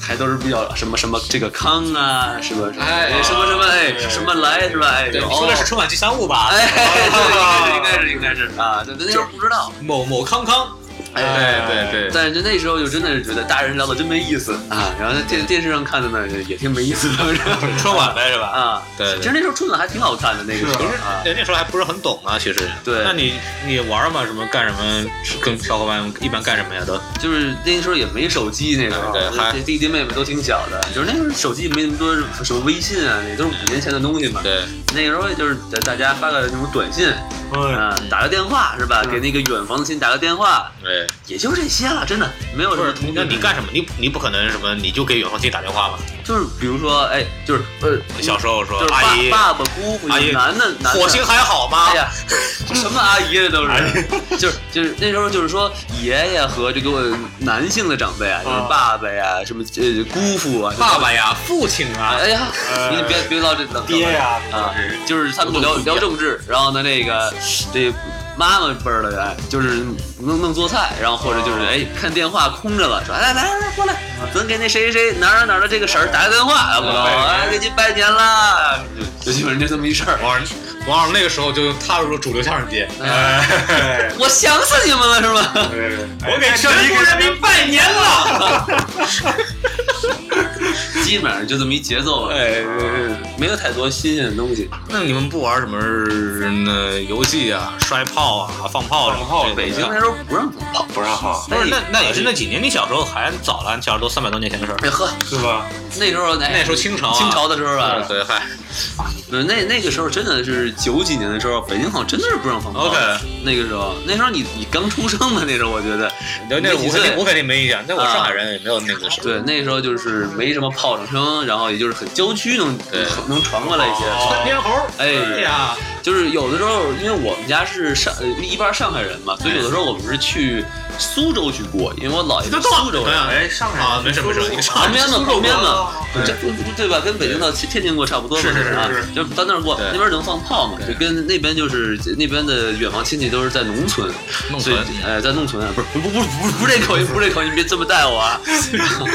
Speaker 2: 还都是比较什么什么这个康啊，什么什么
Speaker 1: 哎
Speaker 2: 什么什么哎
Speaker 3: 对
Speaker 2: 什么来是吧？哎，
Speaker 1: 对，
Speaker 2: 哦
Speaker 1: 你说的是春哦晚吉祥物吧？
Speaker 2: 哎，对，应该是应该是应该是啊，对，那时候不知道。
Speaker 1: 某某康康，
Speaker 2: 哎
Speaker 1: 对对对，
Speaker 2: 但是就那时候就真的是觉得大人聊的真没意思啊，然后在电电视上看的呢也也挺没意思的， 反正
Speaker 1: 春晚呗是吧？
Speaker 2: 啊，
Speaker 1: 对
Speaker 2: 其实那时候春晚还挺好看的那个时候
Speaker 3: 是
Speaker 2: 啊。
Speaker 1: 对，那时候还不是很懂啊，其实。
Speaker 2: 对
Speaker 1: 那你你玩嘛？什么干什么？跟小伙伴一般干什么呀？都
Speaker 2: 就是那时候也没手机，那时候
Speaker 1: 对还
Speaker 2: 弟弟妹妹都挺小的，就是那时候手机没那么多什么微信啊，那都是五年前的东西嘛。
Speaker 1: 对，
Speaker 2: 那时候也就是大家发个什么短信
Speaker 3: 哎，
Speaker 2: 啊，打个电话是吧？
Speaker 3: 嗯
Speaker 2: 给那个远房的亲打个电话，
Speaker 1: 对，
Speaker 2: 也就这些了，真的没有
Speaker 1: 不
Speaker 2: 什么
Speaker 1: 是
Speaker 2: 通
Speaker 1: 那
Speaker 2: 讯。
Speaker 1: 你干什么？你你不可能什么？你就给远方亲打电话吧？
Speaker 2: 就是比如说，哎，就是呃，
Speaker 1: 小时候说
Speaker 2: 就是
Speaker 1: 阿姨，
Speaker 2: 爸爸爸姑父
Speaker 1: 阿姨
Speaker 2: 男的男的
Speaker 1: 火星还好吗
Speaker 2: 哎？呀， 什么阿姨啊这都是，就是就是那时候就是说爷爷和这个男性的长辈啊，就是
Speaker 3: 啊
Speaker 2: 爸爸呀，什么呃姑父啊，
Speaker 1: 爸爸呀，父亲啊，
Speaker 2: 哎呀，
Speaker 3: 呃
Speaker 2: 你别别唠这
Speaker 3: 爹呀，
Speaker 2: 啊，就是他们聊聊政治，然后呢那个这妈妈辈儿的，哎，就是弄弄做菜，然后或者就是哎看电话空着了，说哎来来来过来，咱给那谁谁谁哪儿哪儿哪儿的这个婶儿打个电话，然后过来，哎，哦给您拜年啦，就就基本上就这么一事儿。
Speaker 1: 王二王二那个时候就踏入了主流相声界，
Speaker 2: 哎
Speaker 3: 哎，
Speaker 2: 我想死你们了是吗？
Speaker 3: 我
Speaker 1: 我给全国人民拜年了。
Speaker 2: 基本上就这么一节奏了，
Speaker 1: 哎，
Speaker 2: 没有太多新鲜的东西。
Speaker 1: 那你们不玩什么那游戏啊、摔炮啊、放炮什么
Speaker 3: 放炮
Speaker 1: 这
Speaker 2: 北
Speaker 1: 北
Speaker 2: 京
Speaker 1: 京
Speaker 2: 那时候不让跑，
Speaker 3: 不让好，
Speaker 1: 啊不是
Speaker 2: 哎
Speaker 1: 那那也是那几年，你小时候还早了，你小时候都三百多年前的事儿。
Speaker 2: 哎呵，
Speaker 3: 是吧？
Speaker 2: 那时候那
Speaker 1: 那时候清朝啊，
Speaker 2: 清朝的时候啊，
Speaker 1: 对，嗨，
Speaker 2: 对，那那个时候真的是九几年的时候，北京好像真的是不让放炮。
Speaker 1: OK
Speaker 2: 那个时候，那时候你你刚出生嘛，那时候我觉得，
Speaker 1: 那那
Speaker 2: 没几
Speaker 1: 我肯
Speaker 2: 岁
Speaker 1: 定我肯定没印象，那我
Speaker 2: 啊
Speaker 1: 上海人也没有那个什么。
Speaker 2: 对，那时候就是没什么炮仗声，然后也就是很郊区能
Speaker 1: 对
Speaker 2: 能传过来一些。
Speaker 3: 哦窜天
Speaker 1: 猴，
Speaker 2: 哎
Speaker 1: 呀，
Speaker 2: 就是有的时候，因为我们家是上呃一半上海人嘛，所以有的时候我们是去苏州去过，因为我姥爷是苏州人。
Speaker 1: 哎，
Speaker 3: 上
Speaker 1: 啊，没事没事，你上
Speaker 2: 旁边嘛，旁边嘛，
Speaker 3: 对
Speaker 2: 这对吧？跟北京到天津过差不多嘛，
Speaker 3: 是是是
Speaker 2: 啊
Speaker 3: 是，
Speaker 2: 就到那儿过，
Speaker 1: 对
Speaker 2: 那边能放炮嘛，就跟那边就是那边的远房亲戚都是在农村，
Speaker 1: 弄
Speaker 2: 所以
Speaker 1: 存。
Speaker 2: 哎，在弄存啊，不是不不不不不是这口音，不是这口音，你别这么带我 啊！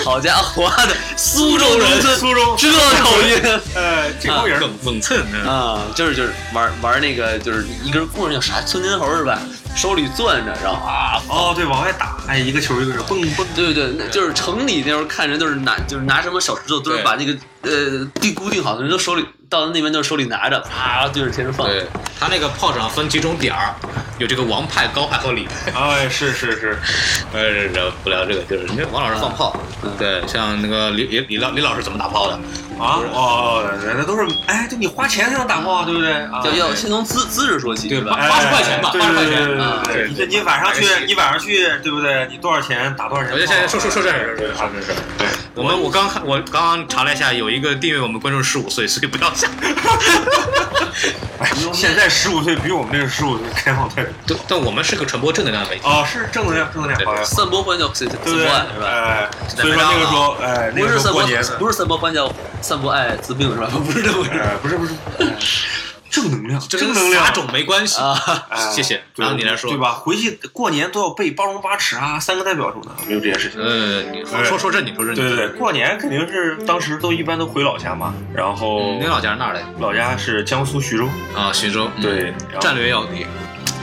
Speaker 2: 好家伙的，苏州农村
Speaker 3: 苏州，
Speaker 2: 这口音。
Speaker 3: 呃，这公园
Speaker 1: 冷冷蹭，嗯
Speaker 2: 啊，就是就是玩玩那个，就是一根棍儿叫啥窜天猴是吧？手里攥着，然后啊，
Speaker 3: 哦，对，往外打，哎，一个球一个球，蹦蹦。
Speaker 2: 对对，那就是城里那时候看人都是拿，就是拿什么小石头墩儿
Speaker 1: 对
Speaker 2: 把那个呃地固定好，人都手里到那边都是手里拿着，啊对着天上放。
Speaker 1: 对他那个炮仗分几种点儿，有这个王派、高派和李派。
Speaker 3: 哎，是是是，
Speaker 1: 呃，聊不聊这个？就是因为王老师放炮
Speaker 2: 嗯，
Speaker 1: 对，像那个李李李老李老师怎么打炮的？
Speaker 3: 啊，哦，人家都是，哎，对你花钱才能打炮，对不对？啊
Speaker 2: 要要先从姿姿势说起，
Speaker 1: 对
Speaker 2: 是吧？
Speaker 1: 吧80块钱吧
Speaker 3: 哎对
Speaker 1: 80块钱
Speaker 3: 对对
Speaker 2: 啊
Speaker 3: 对对对，你晚上去，你晚上去，对不对？你多少钱打多少钱？
Speaker 1: 我就现在说说说这事儿
Speaker 3: 对，是是是，对，
Speaker 1: 我们我刚看我刚刚查了一下，有一个订阅我们观众十五岁，所以不要下。
Speaker 3: 哎，现在十五岁比我们这个十五岁开放太多。
Speaker 1: 对，但我们是个传播正能量媒体，
Speaker 3: 哦，是正能量，正能量，
Speaker 1: 对
Speaker 3: 好像
Speaker 2: 散播欢笑，散散
Speaker 3: 对不对？
Speaker 2: 播爱是吧？
Speaker 3: 哎，所以说那个时候，哎，那
Speaker 2: 不
Speaker 3: 个
Speaker 2: 是
Speaker 3: 时
Speaker 2: 散
Speaker 3: 候
Speaker 2: 播
Speaker 3: 过年，，
Speaker 2: 不是散播欢笑，散播爱治病是吧？ 不是这么回事儿
Speaker 3: 哎，不是不是，哎正能量，
Speaker 1: 这跟
Speaker 3: 正能量
Speaker 1: 撒，种没关系。
Speaker 2: 啊。
Speaker 3: 哎
Speaker 1: 谢谢
Speaker 3: 对
Speaker 1: 然后你来说
Speaker 3: 对吧？回去过年都要背八荣八耻啊，三个代表什么的，没有这件事情。
Speaker 1: 呃，你说说说正经，说正经。
Speaker 3: 对对对，过年肯定是当时都一般都回老家嘛，然后
Speaker 1: 嗯，您老家是哪儿的？
Speaker 3: 老家是江苏徐州，
Speaker 1: 啊，徐州。嗯
Speaker 3: 对，然后
Speaker 1: 战略要地。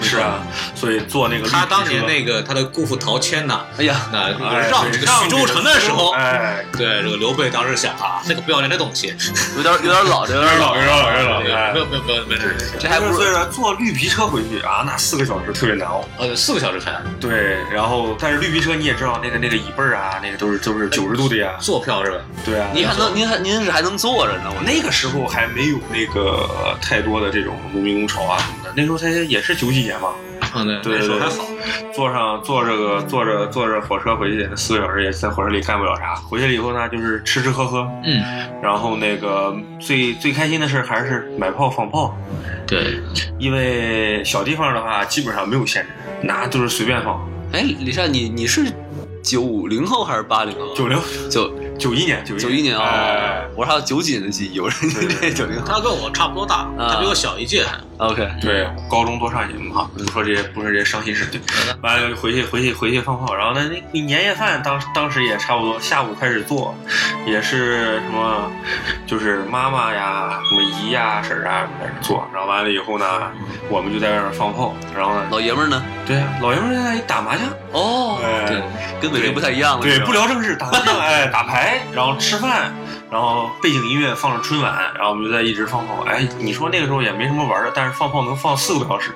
Speaker 3: 是啊，所以做那个
Speaker 1: 他
Speaker 3: 绿皮
Speaker 1: 当年
Speaker 3: 车
Speaker 1: 那个他的姑父陶谦呐，
Speaker 2: 哎呀，
Speaker 1: 那
Speaker 3: 哎
Speaker 1: 让这个徐州城的时候，
Speaker 3: 哎，
Speaker 1: 对这个刘备当时想啊，这个不要脸的东西，
Speaker 2: 有点有点老，这有
Speaker 3: 有点
Speaker 2: 点
Speaker 3: 老，
Speaker 2: 老
Speaker 3: 有。点老，有点老，
Speaker 1: 对没
Speaker 3: 哎
Speaker 1: 有没有没有没有，
Speaker 2: 这还不如
Speaker 3: 所以说坐绿皮车回去啊，那四个小时特别难熬。
Speaker 1: 呃，四个小时才
Speaker 3: 对，然后但是绿皮车你也知道，那个那个椅背儿啊，那个都是都是九十度的呀。
Speaker 1: 坐票是吧？
Speaker 3: 对啊，
Speaker 2: 您还能您还您是还能坐着呢，我
Speaker 3: 那个时候还没有那个呃太多的这种农民工潮啊什么的，那时候才也是九几年嘛，
Speaker 1: 嗯，对，
Speaker 3: 对
Speaker 1: 那时候
Speaker 3: 对
Speaker 1: 还
Speaker 3: 对
Speaker 1: 好。
Speaker 3: 坐上坐这个坐着坐着火车回去，那四个小时也在火车里干不了啥。回去了以后呢，就是吃吃喝喝，
Speaker 1: 嗯，
Speaker 3: 然后那个最最开心的事儿还是买炮放炮，
Speaker 1: 对，
Speaker 3: 因为小地方的话基本上没有限制，那就是随便放。
Speaker 2: 哎，李善，你你是九零后还是八零后？
Speaker 3: 九零
Speaker 2: 九
Speaker 3: 九一 年，
Speaker 2: 九一年
Speaker 3: 哎哎
Speaker 2: 啊
Speaker 3: 哎，
Speaker 2: 我还有九几年的记忆，有人
Speaker 3: 对对
Speaker 2: 这九零后。
Speaker 1: 他跟我差不多大，
Speaker 2: 啊
Speaker 1: 他比我小一届。
Speaker 2: OK，
Speaker 3: 对，我高中多上瘾嘛，不说这些，不说这些伤心事。对，完了就回去，回去，回去放炮。然后呢，那你年夜饭当当时也差不多，下午开始做，也是什么，就是妈妈呀、什么姨呀、婶儿啊在那做。然后完了以后呢，我们就在外面放炮。然后呢，
Speaker 2: 老爷们儿呢？
Speaker 3: 对呀、老爷们儿在那里打麻将，
Speaker 2: 哦，
Speaker 3: 哎
Speaker 2: 对，跟北京不太一样了。
Speaker 3: 对
Speaker 2: 是，吧
Speaker 3: 不聊正事，打麻将， 哎，打牌，然后吃饭，然后背景音乐放着春晚，然后我们就在一直放炮。哎，你说那个时候也没什么玩儿的，但是放炮能放四个多小时。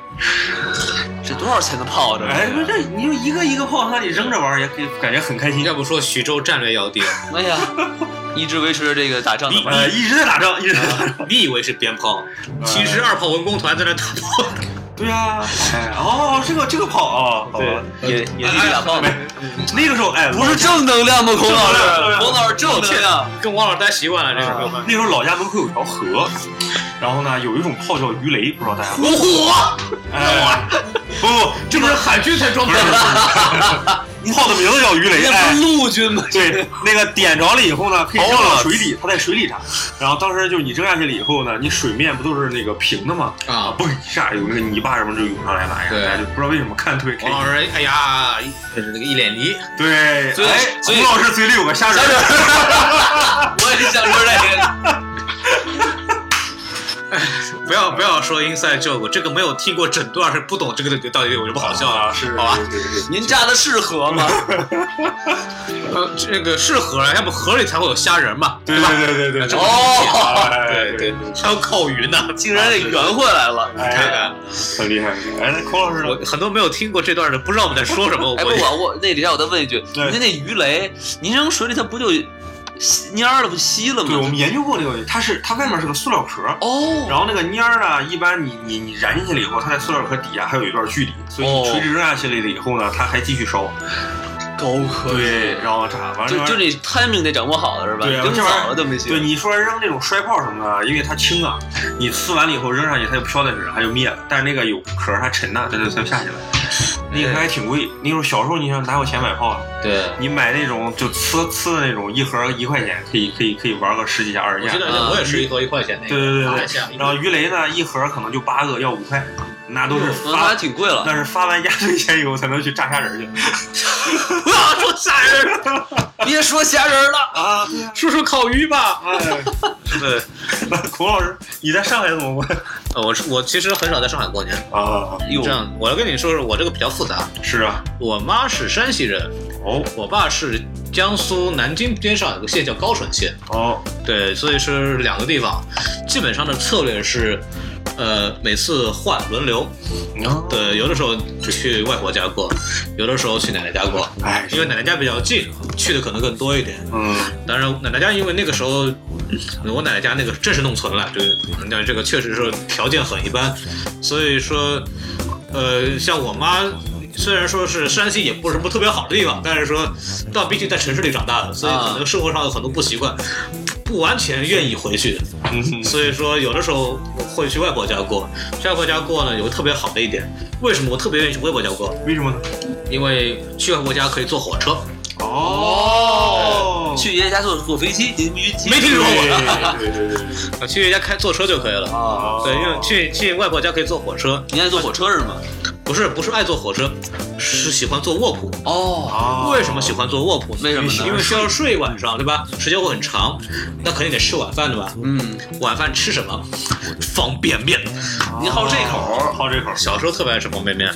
Speaker 2: 这多少钱的炮这？
Speaker 3: 哎，不是，你就一个一个炮，那你扔着玩儿也可以，感觉很开心。
Speaker 1: 要不说徐州战略要地，
Speaker 2: 哎 呀，一直维持着这个打仗的
Speaker 3: 你
Speaker 2: 环
Speaker 3: 呃
Speaker 2: 境。
Speaker 3: 一直在打仗，一直在打仗。
Speaker 1: 你以为是鞭炮， 其实二炮文工团在那打炮。
Speaker 3: 对呀、哎哦，这个这个炮啊，好吧
Speaker 2: 野野地里
Speaker 3: 哎
Speaker 2: 打炮，
Speaker 3: 那个时候哎，
Speaker 2: 不是正能量吗？孔老
Speaker 3: 正能
Speaker 2: 师，
Speaker 3: 量
Speaker 2: 孔老师正能量。
Speaker 1: 跟王老师待习惯了，这
Speaker 3: 老
Speaker 1: 是
Speaker 3: 家。那时候老家门口有条河，然后呢有一种炮叫鱼雷，不知道大 家
Speaker 1: 我火，
Speaker 3: 哎，不不，
Speaker 1: 这不是海军才装备
Speaker 3: 不是
Speaker 1: 吗？
Speaker 3: 炮的名字叫鱼雷，
Speaker 2: 那
Speaker 3: 哎
Speaker 2: 不是陆军吗？
Speaker 3: 对，那个点着了以后呢，可以
Speaker 2: 好
Speaker 3: 扔到
Speaker 2: 了
Speaker 3: 水里，它在水里炸。然后当时就是你扔下去了以后呢，你水面不都是那个平的吗？啊，
Speaker 1: 啊。
Speaker 3: 嘣一下，有那个泥巴什么就涌上来了，哎呀，
Speaker 1: 对
Speaker 3: 大家就不知道为什么看特别开
Speaker 1: 王老
Speaker 3: 心。
Speaker 1: 师，哎呀，就是那个一脸泥，
Speaker 3: 对，
Speaker 2: 所以
Speaker 3: 哎，
Speaker 2: 所以
Speaker 3: 孔老师嘴里有个虾仁儿，
Speaker 2: 我也想说这 个。
Speaker 1: 不要不要说 inside joke，这个没有听过整段是不懂这个到底有什么好笑的。
Speaker 3: 啊，是
Speaker 1: 好吧
Speaker 3: 是是是，
Speaker 2: 您炸的是河 吗？
Speaker 1: 呃，这个是河啊，要不河里才会有虾仁嘛，
Speaker 3: 对
Speaker 1: 吧？
Speaker 3: 对对对对，
Speaker 2: 哦，
Speaker 3: 哎
Speaker 1: 对对，还有烤鱼呢，
Speaker 2: 竟然
Speaker 1: 啊
Speaker 2: 给圆回来了。
Speaker 1: 你看看。
Speaker 3: 很厉害。很厉害哎，那孔老师呢
Speaker 1: 我很多没有听过这段的，不知道我们在说什么。
Speaker 2: 哎，不，
Speaker 1: 我
Speaker 2: 我我那底下我再问一句，
Speaker 3: 对
Speaker 2: 您那鱼雷，您扔水里它不就吸蔫儿了不吸了
Speaker 3: 对我
Speaker 2: 吗？
Speaker 3: 们研究过这个问题，它是它外面是个塑料壳，
Speaker 2: 哦，
Speaker 3: 然后那个蔫儿呢，一般你你你燃进去了以后，它在塑料壳底下还有一段距离，所以
Speaker 2: 哦
Speaker 3: 你垂直扔啊下去了以后呢，它还继续烧。
Speaker 2: 高科技，
Speaker 3: 对，然后炸完了这
Speaker 2: 就
Speaker 3: 玩意
Speaker 2: 就
Speaker 3: 儿。
Speaker 2: 你 timing 得掌握好了是吧？
Speaker 3: 对啊
Speaker 2: 扔
Speaker 3: 这玩意儿
Speaker 2: 早了都没戏。
Speaker 3: 对，你说扔这种摔炮什么的，因为它轻啊，你呲完了以后扔上去，它就飘在身上，它就灭了。但是那个有壳儿，它沉呐，它就它就下去了。那个还挺贵，那时候小时候你想哪有钱买炮啊？
Speaker 1: 对，
Speaker 3: 你买那种就呲呲的那种，一盒一块钱，可以可以可以玩个十几下二十
Speaker 1: 我
Speaker 3: 下
Speaker 1: 记。得我也是一盒一块钱那个，
Speaker 3: 对对对
Speaker 1: 拿
Speaker 3: 对
Speaker 1: 一下一
Speaker 3: 然后
Speaker 1: 个
Speaker 3: 鱼雷呢，一盒可能就八个，要五块，那都是
Speaker 2: 嗯那还
Speaker 3: 发，
Speaker 2: 挺贵了。
Speaker 3: 那是发完压岁钱以后才能去炸虾仁儿去。
Speaker 1: 不要说虾仁，
Speaker 2: 别说虾仁了，
Speaker 3: 啊，对呀、
Speaker 1: 说说烤鱼吧。
Speaker 3: 哎，
Speaker 1: 对，
Speaker 3: 那孔老师，你在上海怎么过？
Speaker 1: 呃我是我其实很少在上海过年。
Speaker 3: 啊，
Speaker 2: 哟
Speaker 1: 这，样，我要跟你说说，我这个比较复杂。
Speaker 3: 是啊，
Speaker 1: 我妈是山西人，
Speaker 3: 哦
Speaker 1: 我爸是江苏南京边上有个县叫高淳县，
Speaker 3: 哦，
Speaker 1: 对，所以是两个地方。基本上的策略是，呃，每次换轮流。
Speaker 3: 啊，
Speaker 1: 对，有的时候去外婆家过，有的时候去奶奶家过。
Speaker 3: 哎，
Speaker 1: 因为奶奶家比较近，去的可能更多一点。
Speaker 3: 嗯，
Speaker 1: 当然，奶奶家因为那个时候，嗯我奶奶家那个正是弄存了，就是那这个确实是条件很一般，所以说，呃，像我妈。虽然说是山西也不是什么特别好的地方，但是说，但毕竟在城市里长大的，所以可能生活上有很多不习惯，不完全愿意回去。
Speaker 3: 嗯
Speaker 1: 所以说，有的时候我会去外婆家过。去外婆家过呢，有个特别好的一点，为什么我特别愿意去外婆家过？
Speaker 3: 为什么呢？
Speaker 1: 因为去外婆家可以坐火车。
Speaker 3: 哦，
Speaker 2: 去爷爷家坐坐飞机，您必须提
Speaker 1: 没听说过
Speaker 3: 对对对对对，
Speaker 1: 啊，去人家开坐车就可以了。
Speaker 3: 哦
Speaker 2: 啊。
Speaker 1: 对，因为去去外婆家可以坐火车，
Speaker 2: 您爱坐火车是吗？
Speaker 1: 不是不是爱坐火车，是喜欢坐卧铺。
Speaker 2: 哦，
Speaker 3: 啊，
Speaker 1: 为什么喜？欢坐卧铺？
Speaker 2: 为什么呢
Speaker 1: 因为需要睡一晚上，对吧？时间会很长，那肯定得吃晚饭，对吧？
Speaker 2: 嗯，
Speaker 1: 晚饭吃什么？方便面。
Speaker 3: 哦
Speaker 2: 您好这口儿，
Speaker 3: 好这口儿，
Speaker 1: 小时候特别爱吃方便面，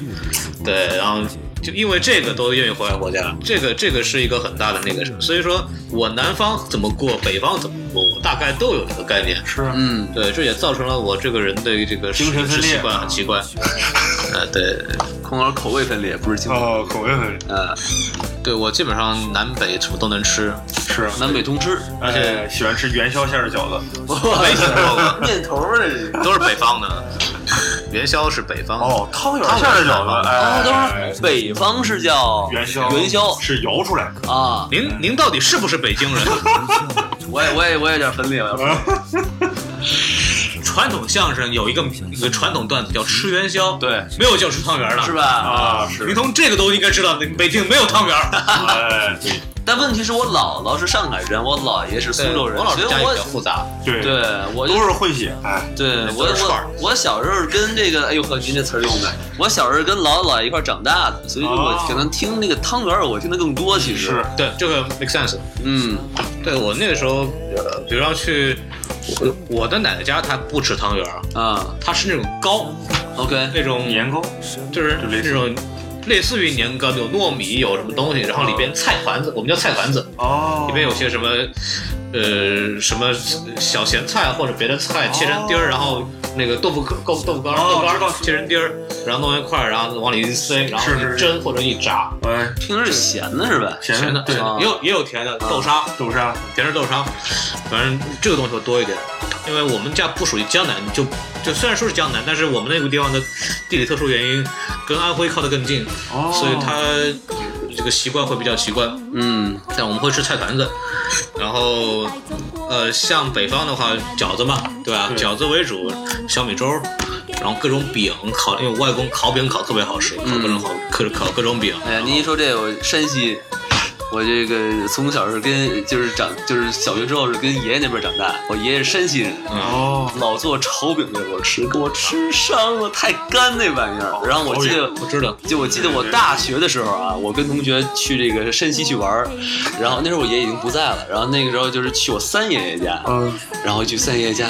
Speaker 1: 对，然后就因为这个都愿意回外婆家，这个这个是一个很大的那个什么，所以说我南方怎么过，北方怎么过，我大概都有这个概念。
Speaker 3: 是啊，
Speaker 2: 嗯，
Speaker 1: 对，这也造成了我这个人的这个
Speaker 3: 精神分
Speaker 1: 饮食
Speaker 3: 裂
Speaker 1: 习
Speaker 2: 啊
Speaker 1: 惯很奇怪。 呃，对，
Speaker 2: 空老师口味分裂，不是精神。
Speaker 3: 哦，口味很
Speaker 2: 呃，
Speaker 1: 对我基本上南北什么都能吃。
Speaker 3: 是啊，
Speaker 2: 南北通吃，哎
Speaker 3: 而且喜欢吃元宵馅儿的饺子。
Speaker 1: 没听说过，
Speaker 2: 面头
Speaker 3: 啊
Speaker 2: 儿这。
Speaker 1: 都是北方的。 元宵是北方的，
Speaker 3: 哦，汤圆
Speaker 1: 汤圆
Speaker 3: 馅儿的
Speaker 1: 馅儿
Speaker 3: 饺子，
Speaker 2: 哦，
Speaker 3: 哎，
Speaker 2: 都是北方是叫
Speaker 3: 元宵，
Speaker 2: 元宵
Speaker 3: 是摇出来的。
Speaker 2: 啊！
Speaker 1: 您您到底是不是北京人？
Speaker 2: 我也我也我也有点分裂了，
Speaker 1: 传统相声有一个一个传统段子叫吃元宵，
Speaker 2: 对，
Speaker 1: 没有叫吃汤圆的，
Speaker 2: 是？吧？
Speaker 3: 啊，
Speaker 1: 您
Speaker 3: 是，
Speaker 1: 从这个都应该知道，北京没有汤圆。
Speaker 3: 哎，
Speaker 2: 但问题是我姥姥是上海人，我姥爷是苏州人，
Speaker 1: 王老
Speaker 2: 所以
Speaker 1: 师家也比较
Speaker 2: 我
Speaker 1: 复杂，
Speaker 3: 对
Speaker 2: 对我就
Speaker 3: 都是混血，哎，
Speaker 2: 对
Speaker 1: 都
Speaker 2: 我
Speaker 1: 是串儿
Speaker 2: 我我小时候跟这个，哎呦呵，您这词儿用的，我小时候跟姥姥姥爷一块儿长大的，所以就我
Speaker 3: 哦
Speaker 2: 可能听那个汤圆儿，我听的更多，其实
Speaker 3: 是，
Speaker 1: 对，这个 make sense。
Speaker 2: 嗯，
Speaker 1: 对我那个时候，呃比如说去我我的奶奶家，她不吃汤圆儿，
Speaker 2: 啊
Speaker 1: 它是那种糕，
Speaker 2: ，OK，
Speaker 1: 那种
Speaker 3: 年糕，
Speaker 1: 就是
Speaker 3: 就类似
Speaker 1: 那种类似于年糕，有糯米，有什么东西，然后里边菜团子，我们叫菜团子，
Speaker 3: 哦，
Speaker 1: 里边有些什么呃什么小咸菜或者别的菜切成丁儿，然后那个豆腐干豆豆腐干、
Speaker 3: 哦
Speaker 1: 豆干
Speaker 3: 知道
Speaker 1: 切成丁儿，然后弄一块儿，然后往里一塞，然后
Speaker 3: 是
Speaker 1: 一
Speaker 3: 是是
Speaker 1: 蒸或者一炸。
Speaker 3: 哎，
Speaker 2: 听着是咸的是吧？
Speaker 1: 甜
Speaker 3: 咸
Speaker 1: 的
Speaker 3: 对
Speaker 2: 啊
Speaker 1: 也有也有甜的豆沙，
Speaker 3: 豆沙，
Speaker 1: 甜的豆沙，反正这个东西会多一点。因为我们家不属于江南，就就虽然说是江南，但是我们那个地方的地理特殊原因，跟安徽靠得更近，
Speaker 3: 哦
Speaker 1: 所以它这个习惯会比较奇怪。
Speaker 2: 嗯，
Speaker 1: 但我们会吃菜团子，然后呃，像北方的话，饺子嘛，对吧？
Speaker 3: 对
Speaker 1: 饺子为主，小米粥，然后各种饼烤，因为我外公烤饼烤特别好吃，烤各种好各烤各种饼。
Speaker 2: 哎呀，您一说这，我山西，我这个从小是跟就是长就是小学之后是跟爷爷那边长大，我爷爷是山西人，
Speaker 3: 哦，
Speaker 2: 老做炒饼给我吃，给我吃伤了，太干那玩意儿。然后我记得
Speaker 1: 我知道，
Speaker 2: 就我记得我大学的时候啊，我跟同学去这个山西去玩儿，然后那时候我爷爷已经不在了，然后那个时候就是去我三爷爷家，
Speaker 3: 嗯，
Speaker 2: 然后去三爷爷家，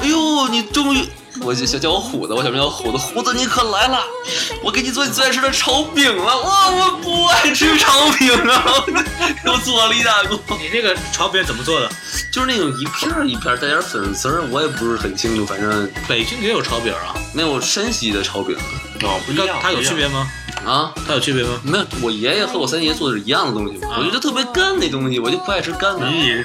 Speaker 2: 哎呦，你终于，我就叫叫我虎子，我小名叫虎子，虎子你可来了，我给你做你最爱吃的炒饼了，哇，我不爱吃炒饼啊， 给我做了一大锅，
Speaker 1: 你那个炒饼怎么做的？
Speaker 2: 就是那种一片儿一片儿带点儿粉丝儿，我也不是很清楚，反正
Speaker 1: 北京也有炒饼啊，
Speaker 2: 没有山西的炒饼
Speaker 3: 哦，不一
Speaker 1: 它
Speaker 3: 样，
Speaker 1: 它有
Speaker 3: 不一样
Speaker 1: 区别吗？
Speaker 2: 啊。
Speaker 1: 它有区别吗？
Speaker 2: 没有，我爷爷和我三爷做的是一样的东西嘛，我觉得特别干那东西，我就不爱吃干的
Speaker 3: 你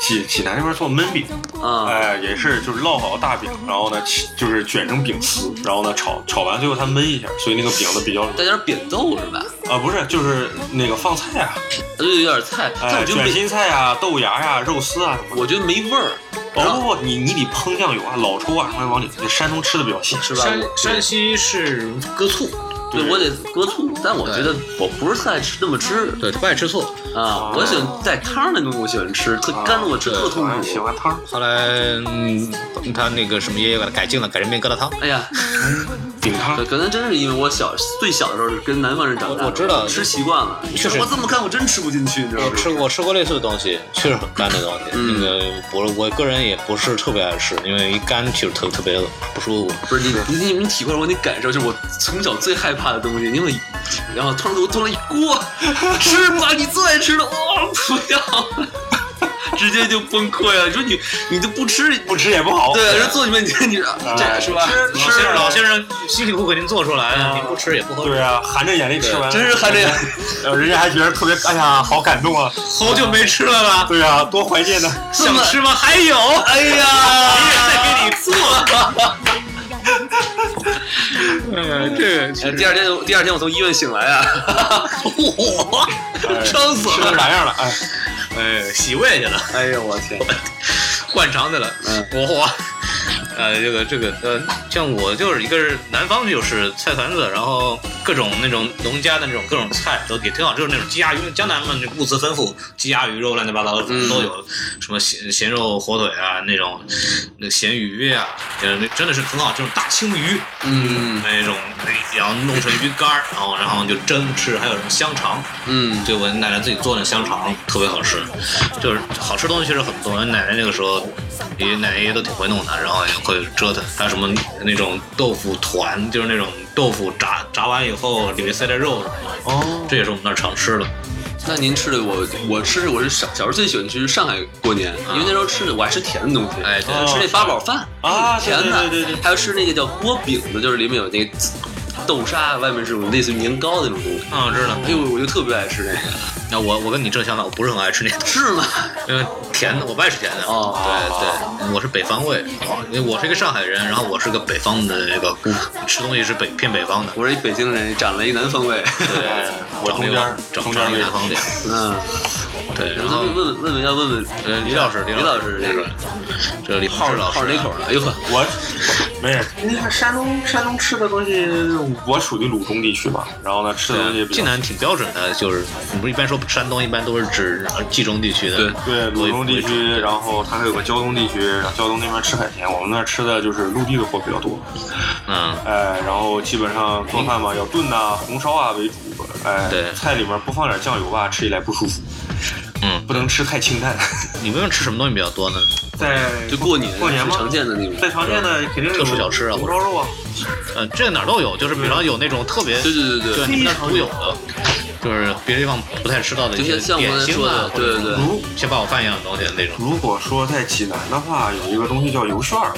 Speaker 3: 济济南那边做焖饼，
Speaker 2: 啊。
Speaker 3: 嗯哎，也是就是烙好大饼，然后呢，起就是卷成饼丝，然后呢炒炒完最后它焖一下，所以那个饼子比较
Speaker 2: 带点扁豆是吧？
Speaker 3: 啊不是就是那个放菜啊，
Speaker 2: 就有点菜，但
Speaker 3: 哎
Speaker 2: 我觉得
Speaker 3: 卷
Speaker 2: 没，
Speaker 3: 心菜啊、豆芽呀、肉丝啊什么的。
Speaker 2: 我觉得没味儿，
Speaker 3: 哦不不，你你得烹酱油啊，老抽啊，什么往里，就山东吃的比较细。
Speaker 2: 是吧？
Speaker 1: 山
Speaker 2: 我
Speaker 1: 山西是搁醋，
Speaker 2: 对我得搁醋，但我觉得我不是太爱吃那么吃
Speaker 1: 对，不爱吃醋。
Speaker 2: 啊。我喜欢带汤那东西，我喜欢吃，特干的我吃特
Speaker 3: 我
Speaker 2: 痛
Speaker 3: 还喜
Speaker 2: 苦。
Speaker 3: 欢汤，
Speaker 1: 后来、嗯、他那个什么爷爷把它改进了，改成面疙瘩汤。
Speaker 2: 哎呀，
Speaker 3: 饼汤
Speaker 2: 可。可能真是因为我小最小的时候是跟南方人长大的，
Speaker 1: 我我知道
Speaker 2: 吃习惯了。
Speaker 1: 确实
Speaker 2: 我这么干，我真吃不进去，你知道
Speaker 1: 我
Speaker 2: 吗？
Speaker 1: 吃我吃过类似的东西，确实很干的东西。那
Speaker 2: 嗯
Speaker 1: 个我我个人也不是特别爱吃，因为一干其实特特别的不舒服。
Speaker 2: 不是你你你们体会过你感受，就是我从小最害怕的东西，因为然后突然给我炖了一锅，吃吧你最爱吃的，哦不要， 直接就崩溃了。你说你你都不吃，
Speaker 3: 不吃也不好，
Speaker 2: 对，人坐你面前你这
Speaker 3: 哎
Speaker 2: 是吧？
Speaker 1: 老
Speaker 3: 吃吃
Speaker 1: 先生老先生辛辛苦苦给您做出来的，您不吃也不喝，
Speaker 3: 对啊，含着眼泪吃完，
Speaker 2: 真是还这样，
Speaker 3: 呃，人家还觉得特别，哎呀，好感动啊！
Speaker 1: 好久没吃了吧？
Speaker 3: 对啊，多怀念呢。
Speaker 2: 这
Speaker 1: 想
Speaker 2: 么
Speaker 1: 吃吗？还有，
Speaker 2: 哎呀，
Speaker 1: 再给你做。嗯，这
Speaker 2: 哎第二天我第二天我从医院醒来啊，我
Speaker 3: 哎
Speaker 2: 撑死
Speaker 3: 吃成
Speaker 2: 了，
Speaker 3: 啥样了？哎，
Speaker 1: 哎洗胃去了。
Speaker 2: 哎呦我天，
Speaker 1: 灌肠去了。
Speaker 2: 嗯
Speaker 1: 我 我，呃，这个这个呃，像我就是一个是南方就是菜团子，然后各种那种农家的那种各种菜都也挺好，就是那种鸡鸭鱼，江南嘛，那物资丰富，鸡鸭鱼肉乱七八糟的
Speaker 2: 嗯
Speaker 1: 都有，什么咸咸肉火腿啊，那种那咸鱼呀、呃，那真的是很好，这种大青鱼
Speaker 2: 嗯
Speaker 1: 那种，然后弄成鱼干儿，然后然后就蒸吃，还有什么香肠，
Speaker 2: 嗯，
Speaker 1: 对我奶奶自己做的香肠特别好吃，就是好吃东西确实很多。我奶奶那个时候，爷爷奶奶爷爷都挺会弄的，然后也会折腾。还有什么那种豆腐团，就是那种豆腐炸炸完以后里面塞点肉什么的，
Speaker 2: 哦。
Speaker 1: 这也是我们那儿常吃的。
Speaker 2: 那您吃的我我吃的我是小小时候最喜欢去上海过年，因
Speaker 3: 嗯
Speaker 2: 为那时候吃的我爱吃甜的东西，
Speaker 1: 哎对
Speaker 2: 吃那八宝饭
Speaker 3: 啊
Speaker 2: 甜的，
Speaker 3: 对对对对
Speaker 2: 还有吃那个叫锅饼子，就是里面有那个豆沙，外面是种类似于年糕的那种东西。
Speaker 3: 啊
Speaker 1: 嗯，知道。
Speaker 2: 哎呦，我就特别爱吃那个，
Speaker 1: 那啊我我跟你正相反，我不是很爱吃那个，
Speaker 2: 是吗？
Speaker 1: 因为甜的我不爱吃甜的。
Speaker 2: 哦
Speaker 1: 对嗯对，我是北方胃，因为我是一个上海人，然后我是个北方的这个吃东西是北偏北方的。
Speaker 2: 我是一北京人，长了一南方味。
Speaker 1: 对
Speaker 3: 哎，我
Speaker 1: 长
Speaker 3: 中
Speaker 1: 了一
Speaker 3: 间
Speaker 1: 个
Speaker 3: 儿
Speaker 1: 长
Speaker 3: 中间
Speaker 1: 长
Speaker 3: 儿
Speaker 1: 了一个
Speaker 3: 那
Speaker 1: 南方脸。
Speaker 2: 嗯，
Speaker 1: 对，然
Speaker 2: 然
Speaker 1: 后
Speaker 2: 后。问问问问要问问
Speaker 1: 呃，李老师，
Speaker 2: 李
Speaker 1: 老
Speaker 2: 老师
Speaker 1: 这
Speaker 2: 这
Speaker 1: 个
Speaker 2: 个，
Speaker 1: 这个李
Speaker 2: 号
Speaker 1: 老师老师
Speaker 2: 号
Speaker 1: 啊
Speaker 2: 哪口的？哎呦呵，
Speaker 3: 我没事。你看山东，山东吃的东西，我属于鲁中地区吧，然后呢，吃的东西
Speaker 1: 对，
Speaker 3: 比
Speaker 1: 啊济
Speaker 3: 较
Speaker 1: 南挺标准的，就是我们一般说山东，一般都是指冀中地区的。
Speaker 2: 对
Speaker 3: 对鲁中地区，然后它还有个胶东地区，然后胶东那边吃海鲜，我们那儿吃的就是陆地的货比较多，
Speaker 1: 嗯，
Speaker 3: 哎，然后基本上做饭嘛，要炖呐、红烧啊为主，哎，
Speaker 1: 对
Speaker 3: 菜里面不放点酱油吧，吃起来不舒服，
Speaker 1: 嗯
Speaker 3: 不能吃太清淡，
Speaker 1: 你们吃什么东西比较多呢？
Speaker 3: 在
Speaker 2: 就过年
Speaker 3: 过年
Speaker 2: 最
Speaker 3: 吗？
Speaker 2: 常见的那种，
Speaker 3: 最常见的肯定是
Speaker 1: 特殊小吃啊
Speaker 3: 红烧肉啊，
Speaker 1: 呃，这个哪儿都有，就是比方有那种特别，
Speaker 2: 对对对
Speaker 1: 对，
Speaker 2: 对，
Speaker 1: 你们那儿独有的，就是别的地方不太吃到的一
Speaker 2: 就
Speaker 1: 些
Speaker 2: 像像我
Speaker 1: 点
Speaker 2: 刚才
Speaker 1: 心
Speaker 2: 说
Speaker 1: 啊
Speaker 2: 的，，对对对，
Speaker 3: 如
Speaker 1: 像八宝饭一样的东西那种。
Speaker 3: 如果说在济南的话，有一个东西叫油旋儿，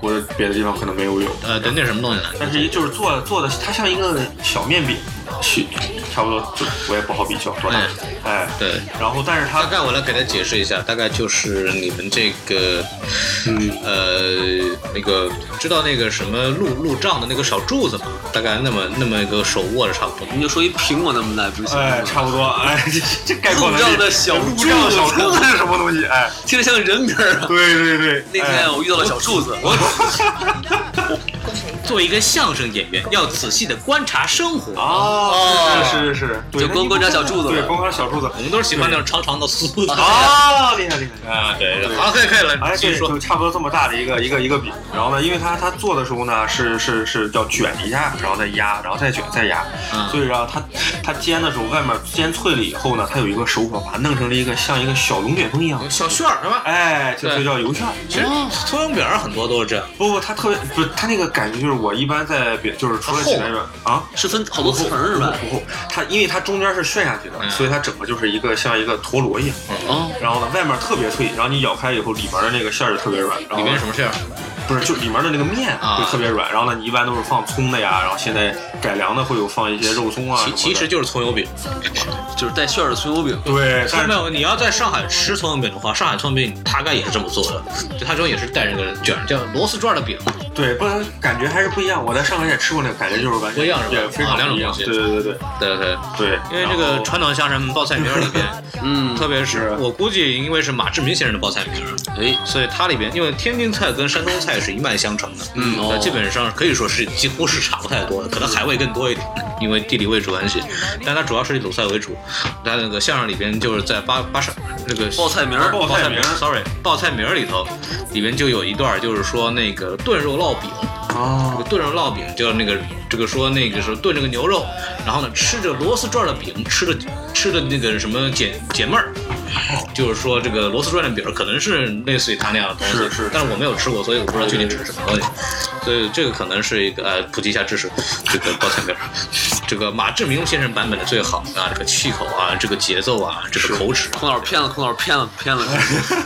Speaker 3: 或者别的地方可能没有有，
Speaker 1: 呃，对，那什么东西呢？
Speaker 3: 但是就是做做的，它像一个小面饼，去差不多就我也不好比较多大，哎，
Speaker 1: 对，
Speaker 3: 然后但是它
Speaker 1: 大概我来给他解释一下，大概就是你们这个，呃，那个知道那个什么路路障的那个小柱子吗？大概那么那么一个手握着差不多。
Speaker 2: 你就说一苹果那么大不行吗？
Speaker 3: 哎，差不多，哎，这这概括能力
Speaker 2: 路障的小
Speaker 3: 路障的小柱子是什么东西？哎，
Speaker 2: 听着像人名儿啊。
Speaker 3: 对对对，
Speaker 2: 那
Speaker 3: 哎
Speaker 2: 天我遇到了小柱子，我
Speaker 1: 作为一个相声演员，要仔细的观察生活。
Speaker 3: 哦，是是是是，对
Speaker 2: 就光观察小柱子
Speaker 3: 对，
Speaker 2: 了
Speaker 3: 光观察小柱 子。
Speaker 1: 我们都是喜欢那种长长的酥 的
Speaker 3: 啊，厉害厉害！
Speaker 1: 啊，对，好，可以可以了，
Speaker 3: 哎，
Speaker 1: 继
Speaker 3: 对，
Speaker 1: 续说
Speaker 3: 就差不多这么大的一个一个一个饼。然后呢，因为它它做的时候呢，是是是要卷一下，然后再压，然后再卷再压。
Speaker 1: 嗯
Speaker 3: 所以然后它它煎的时候，外面煎脆了以后呢，它有一个手法把它弄成了一个像一个小龙卷风一样。
Speaker 1: 小旋儿是吧？
Speaker 3: 哎，就就叫油馅儿。
Speaker 1: 其实葱油饼儿很多都是这样，
Speaker 3: 不不，它特别不，它那个感觉就是我一般在别就是除了
Speaker 1: 它厚
Speaker 3: 起来啊，
Speaker 2: 是分好多层是吧？
Speaker 3: 不厚，它因为它中间是旋下去的，
Speaker 1: 嗯
Speaker 3: 所以它整个就是一个像一个陀螺一样。
Speaker 2: 哦，
Speaker 3: 然后呢，外面特别脆，然后你咬开以后，里面的那个馅儿就特别软。然后
Speaker 1: 里面是什么馅儿？
Speaker 3: 不是，就里面的那个面
Speaker 1: 啊
Speaker 3: 就特别软，然后呢，你一般都是放葱的呀，然后现在改良的会有放一些肉松啊什么
Speaker 1: 其
Speaker 3: 的。
Speaker 1: 其实就是葱油饼。
Speaker 2: 就是带馅儿的葱油饼。
Speaker 3: 对，但
Speaker 1: 没
Speaker 3: 是
Speaker 1: 有，你要在上海吃葱油饼的话，上海葱油饼大概也是这么做的，就它中间也是带这个卷儿，叫螺丝转的饼。
Speaker 3: 对，不然感觉还是不一样。我在上海也吃过那个，感觉就是完全
Speaker 1: 不一样是吧
Speaker 3: 也非常
Speaker 1: 啊两
Speaker 3: 不
Speaker 1: 种
Speaker 3: 一样。
Speaker 1: 东西
Speaker 3: 对对对对
Speaker 1: 对对，
Speaker 3: 对，
Speaker 1: 因为这个
Speaker 3: 然后
Speaker 1: 传统相声报菜名儿里边，
Speaker 2: 嗯，
Speaker 1: 特别是
Speaker 3: 是
Speaker 1: 我估计，因为是马志明先生的报菜名儿，
Speaker 2: 哎，
Speaker 1: 所以它里边因为天津菜跟山东菜是一脉相承的，
Speaker 2: 嗯哦
Speaker 1: 呃基本上可以说是几乎是差不太多的，可能海味更多一点，因为地理位置关系，但它主要是以鲁菜为主。它那个相声里边就是在八八省那个
Speaker 2: 报菜名儿
Speaker 3: 报菜名儿
Speaker 1: ，sorry，报菜名儿里头，里面就有一段就是说那个炖肉烙饼，这个
Speaker 3: 哦，
Speaker 1: 炖肉烙饼就是那个这个说那个是炖这个牛肉，然后呢吃着螺丝转的饼，吃着吃着那个什么解解闷儿，就是说这个螺丝转的饼儿可能是类似于它那样的东西，
Speaker 3: 是是
Speaker 1: 但是我没有吃过，所以我不知道具体是什么东西，所以这个可能是一个呃普及一下知识，这个报菜名儿， 这个马志明先生版本的最好啊，这个气口啊，这个节奏啊，这个口齿啊，
Speaker 2: 孔老师骗了，孔老师骗了，骗 了，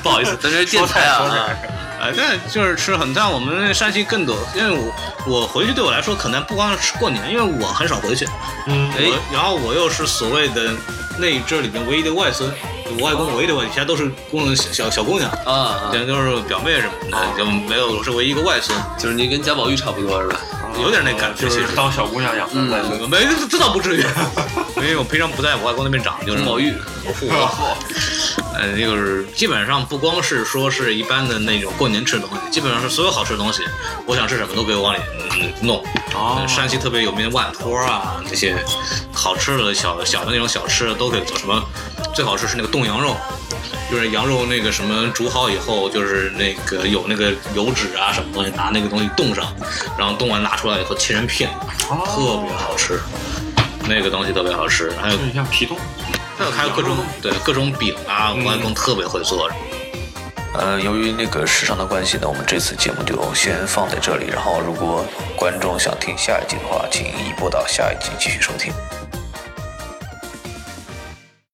Speaker 2: 不好意思，咱这是电
Speaker 3: 说
Speaker 2: 台
Speaker 3: 菜
Speaker 2: 啊
Speaker 3: 说
Speaker 2: 啊。
Speaker 3: 菜，
Speaker 1: 哎，但就是吃很，但我们山西更多，因为我我回去对我来说，可能不光是过年，因为我很少回去，
Speaker 3: 嗯，
Speaker 2: 哎
Speaker 1: 我然后我又是所谓的那一支里面唯一的外孙，我外公唯一的外，其他都是公小小小姑娘，
Speaker 2: 啊啊，
Speaker 1: 全都是表妹什么的，就没有我是唯一一个外孙，
Speaker 2: 就是你跟贾宝玉差不多是吧？
Speaker 1: 有点那感觉
Speaker 3: 就
Speaker 1: 其
Speaker 3: 是
Speaker 1: 实
Speaker 3: 当小姑娘养的
Speaker 2: 嗯
Speaker 3: 外孙。
Speaker 1: 没这倒不至于， 因为我平常不在我外公那边长，就是
Speaker 2: 贾宝玉，
Speaker 4: 嗯
Speaker 1: 我 父我，呃，就是基本上不光是说是一般的那种过年吃的东西，基本上是所有好吃的东西，我想吃什么都给我往里嗯弄。
Speaker 3: 哦
Speaker 1: 呃山西特别有名的万托啊，这些好吃的小小的那种小吃都给做。什么最好吃是那个冻羊肉，就是羊肉那个什么煮好以后，就是那个有那个油脂啊什么东西，拿那个东西冻上，然后冻完拿出来以后切成片，特别好吃。那个东西特别好吃，还有
Speaker 3: 就像皮冻，
Speaker 1: 还有还有各种对各种饼啊，我外公特别会做。
Speaker 4: 呃，由于那个时长的关系呢，我们这次节目就先放在这里。然后，如果观众想听下一集的话，请移步到下一集继续收听。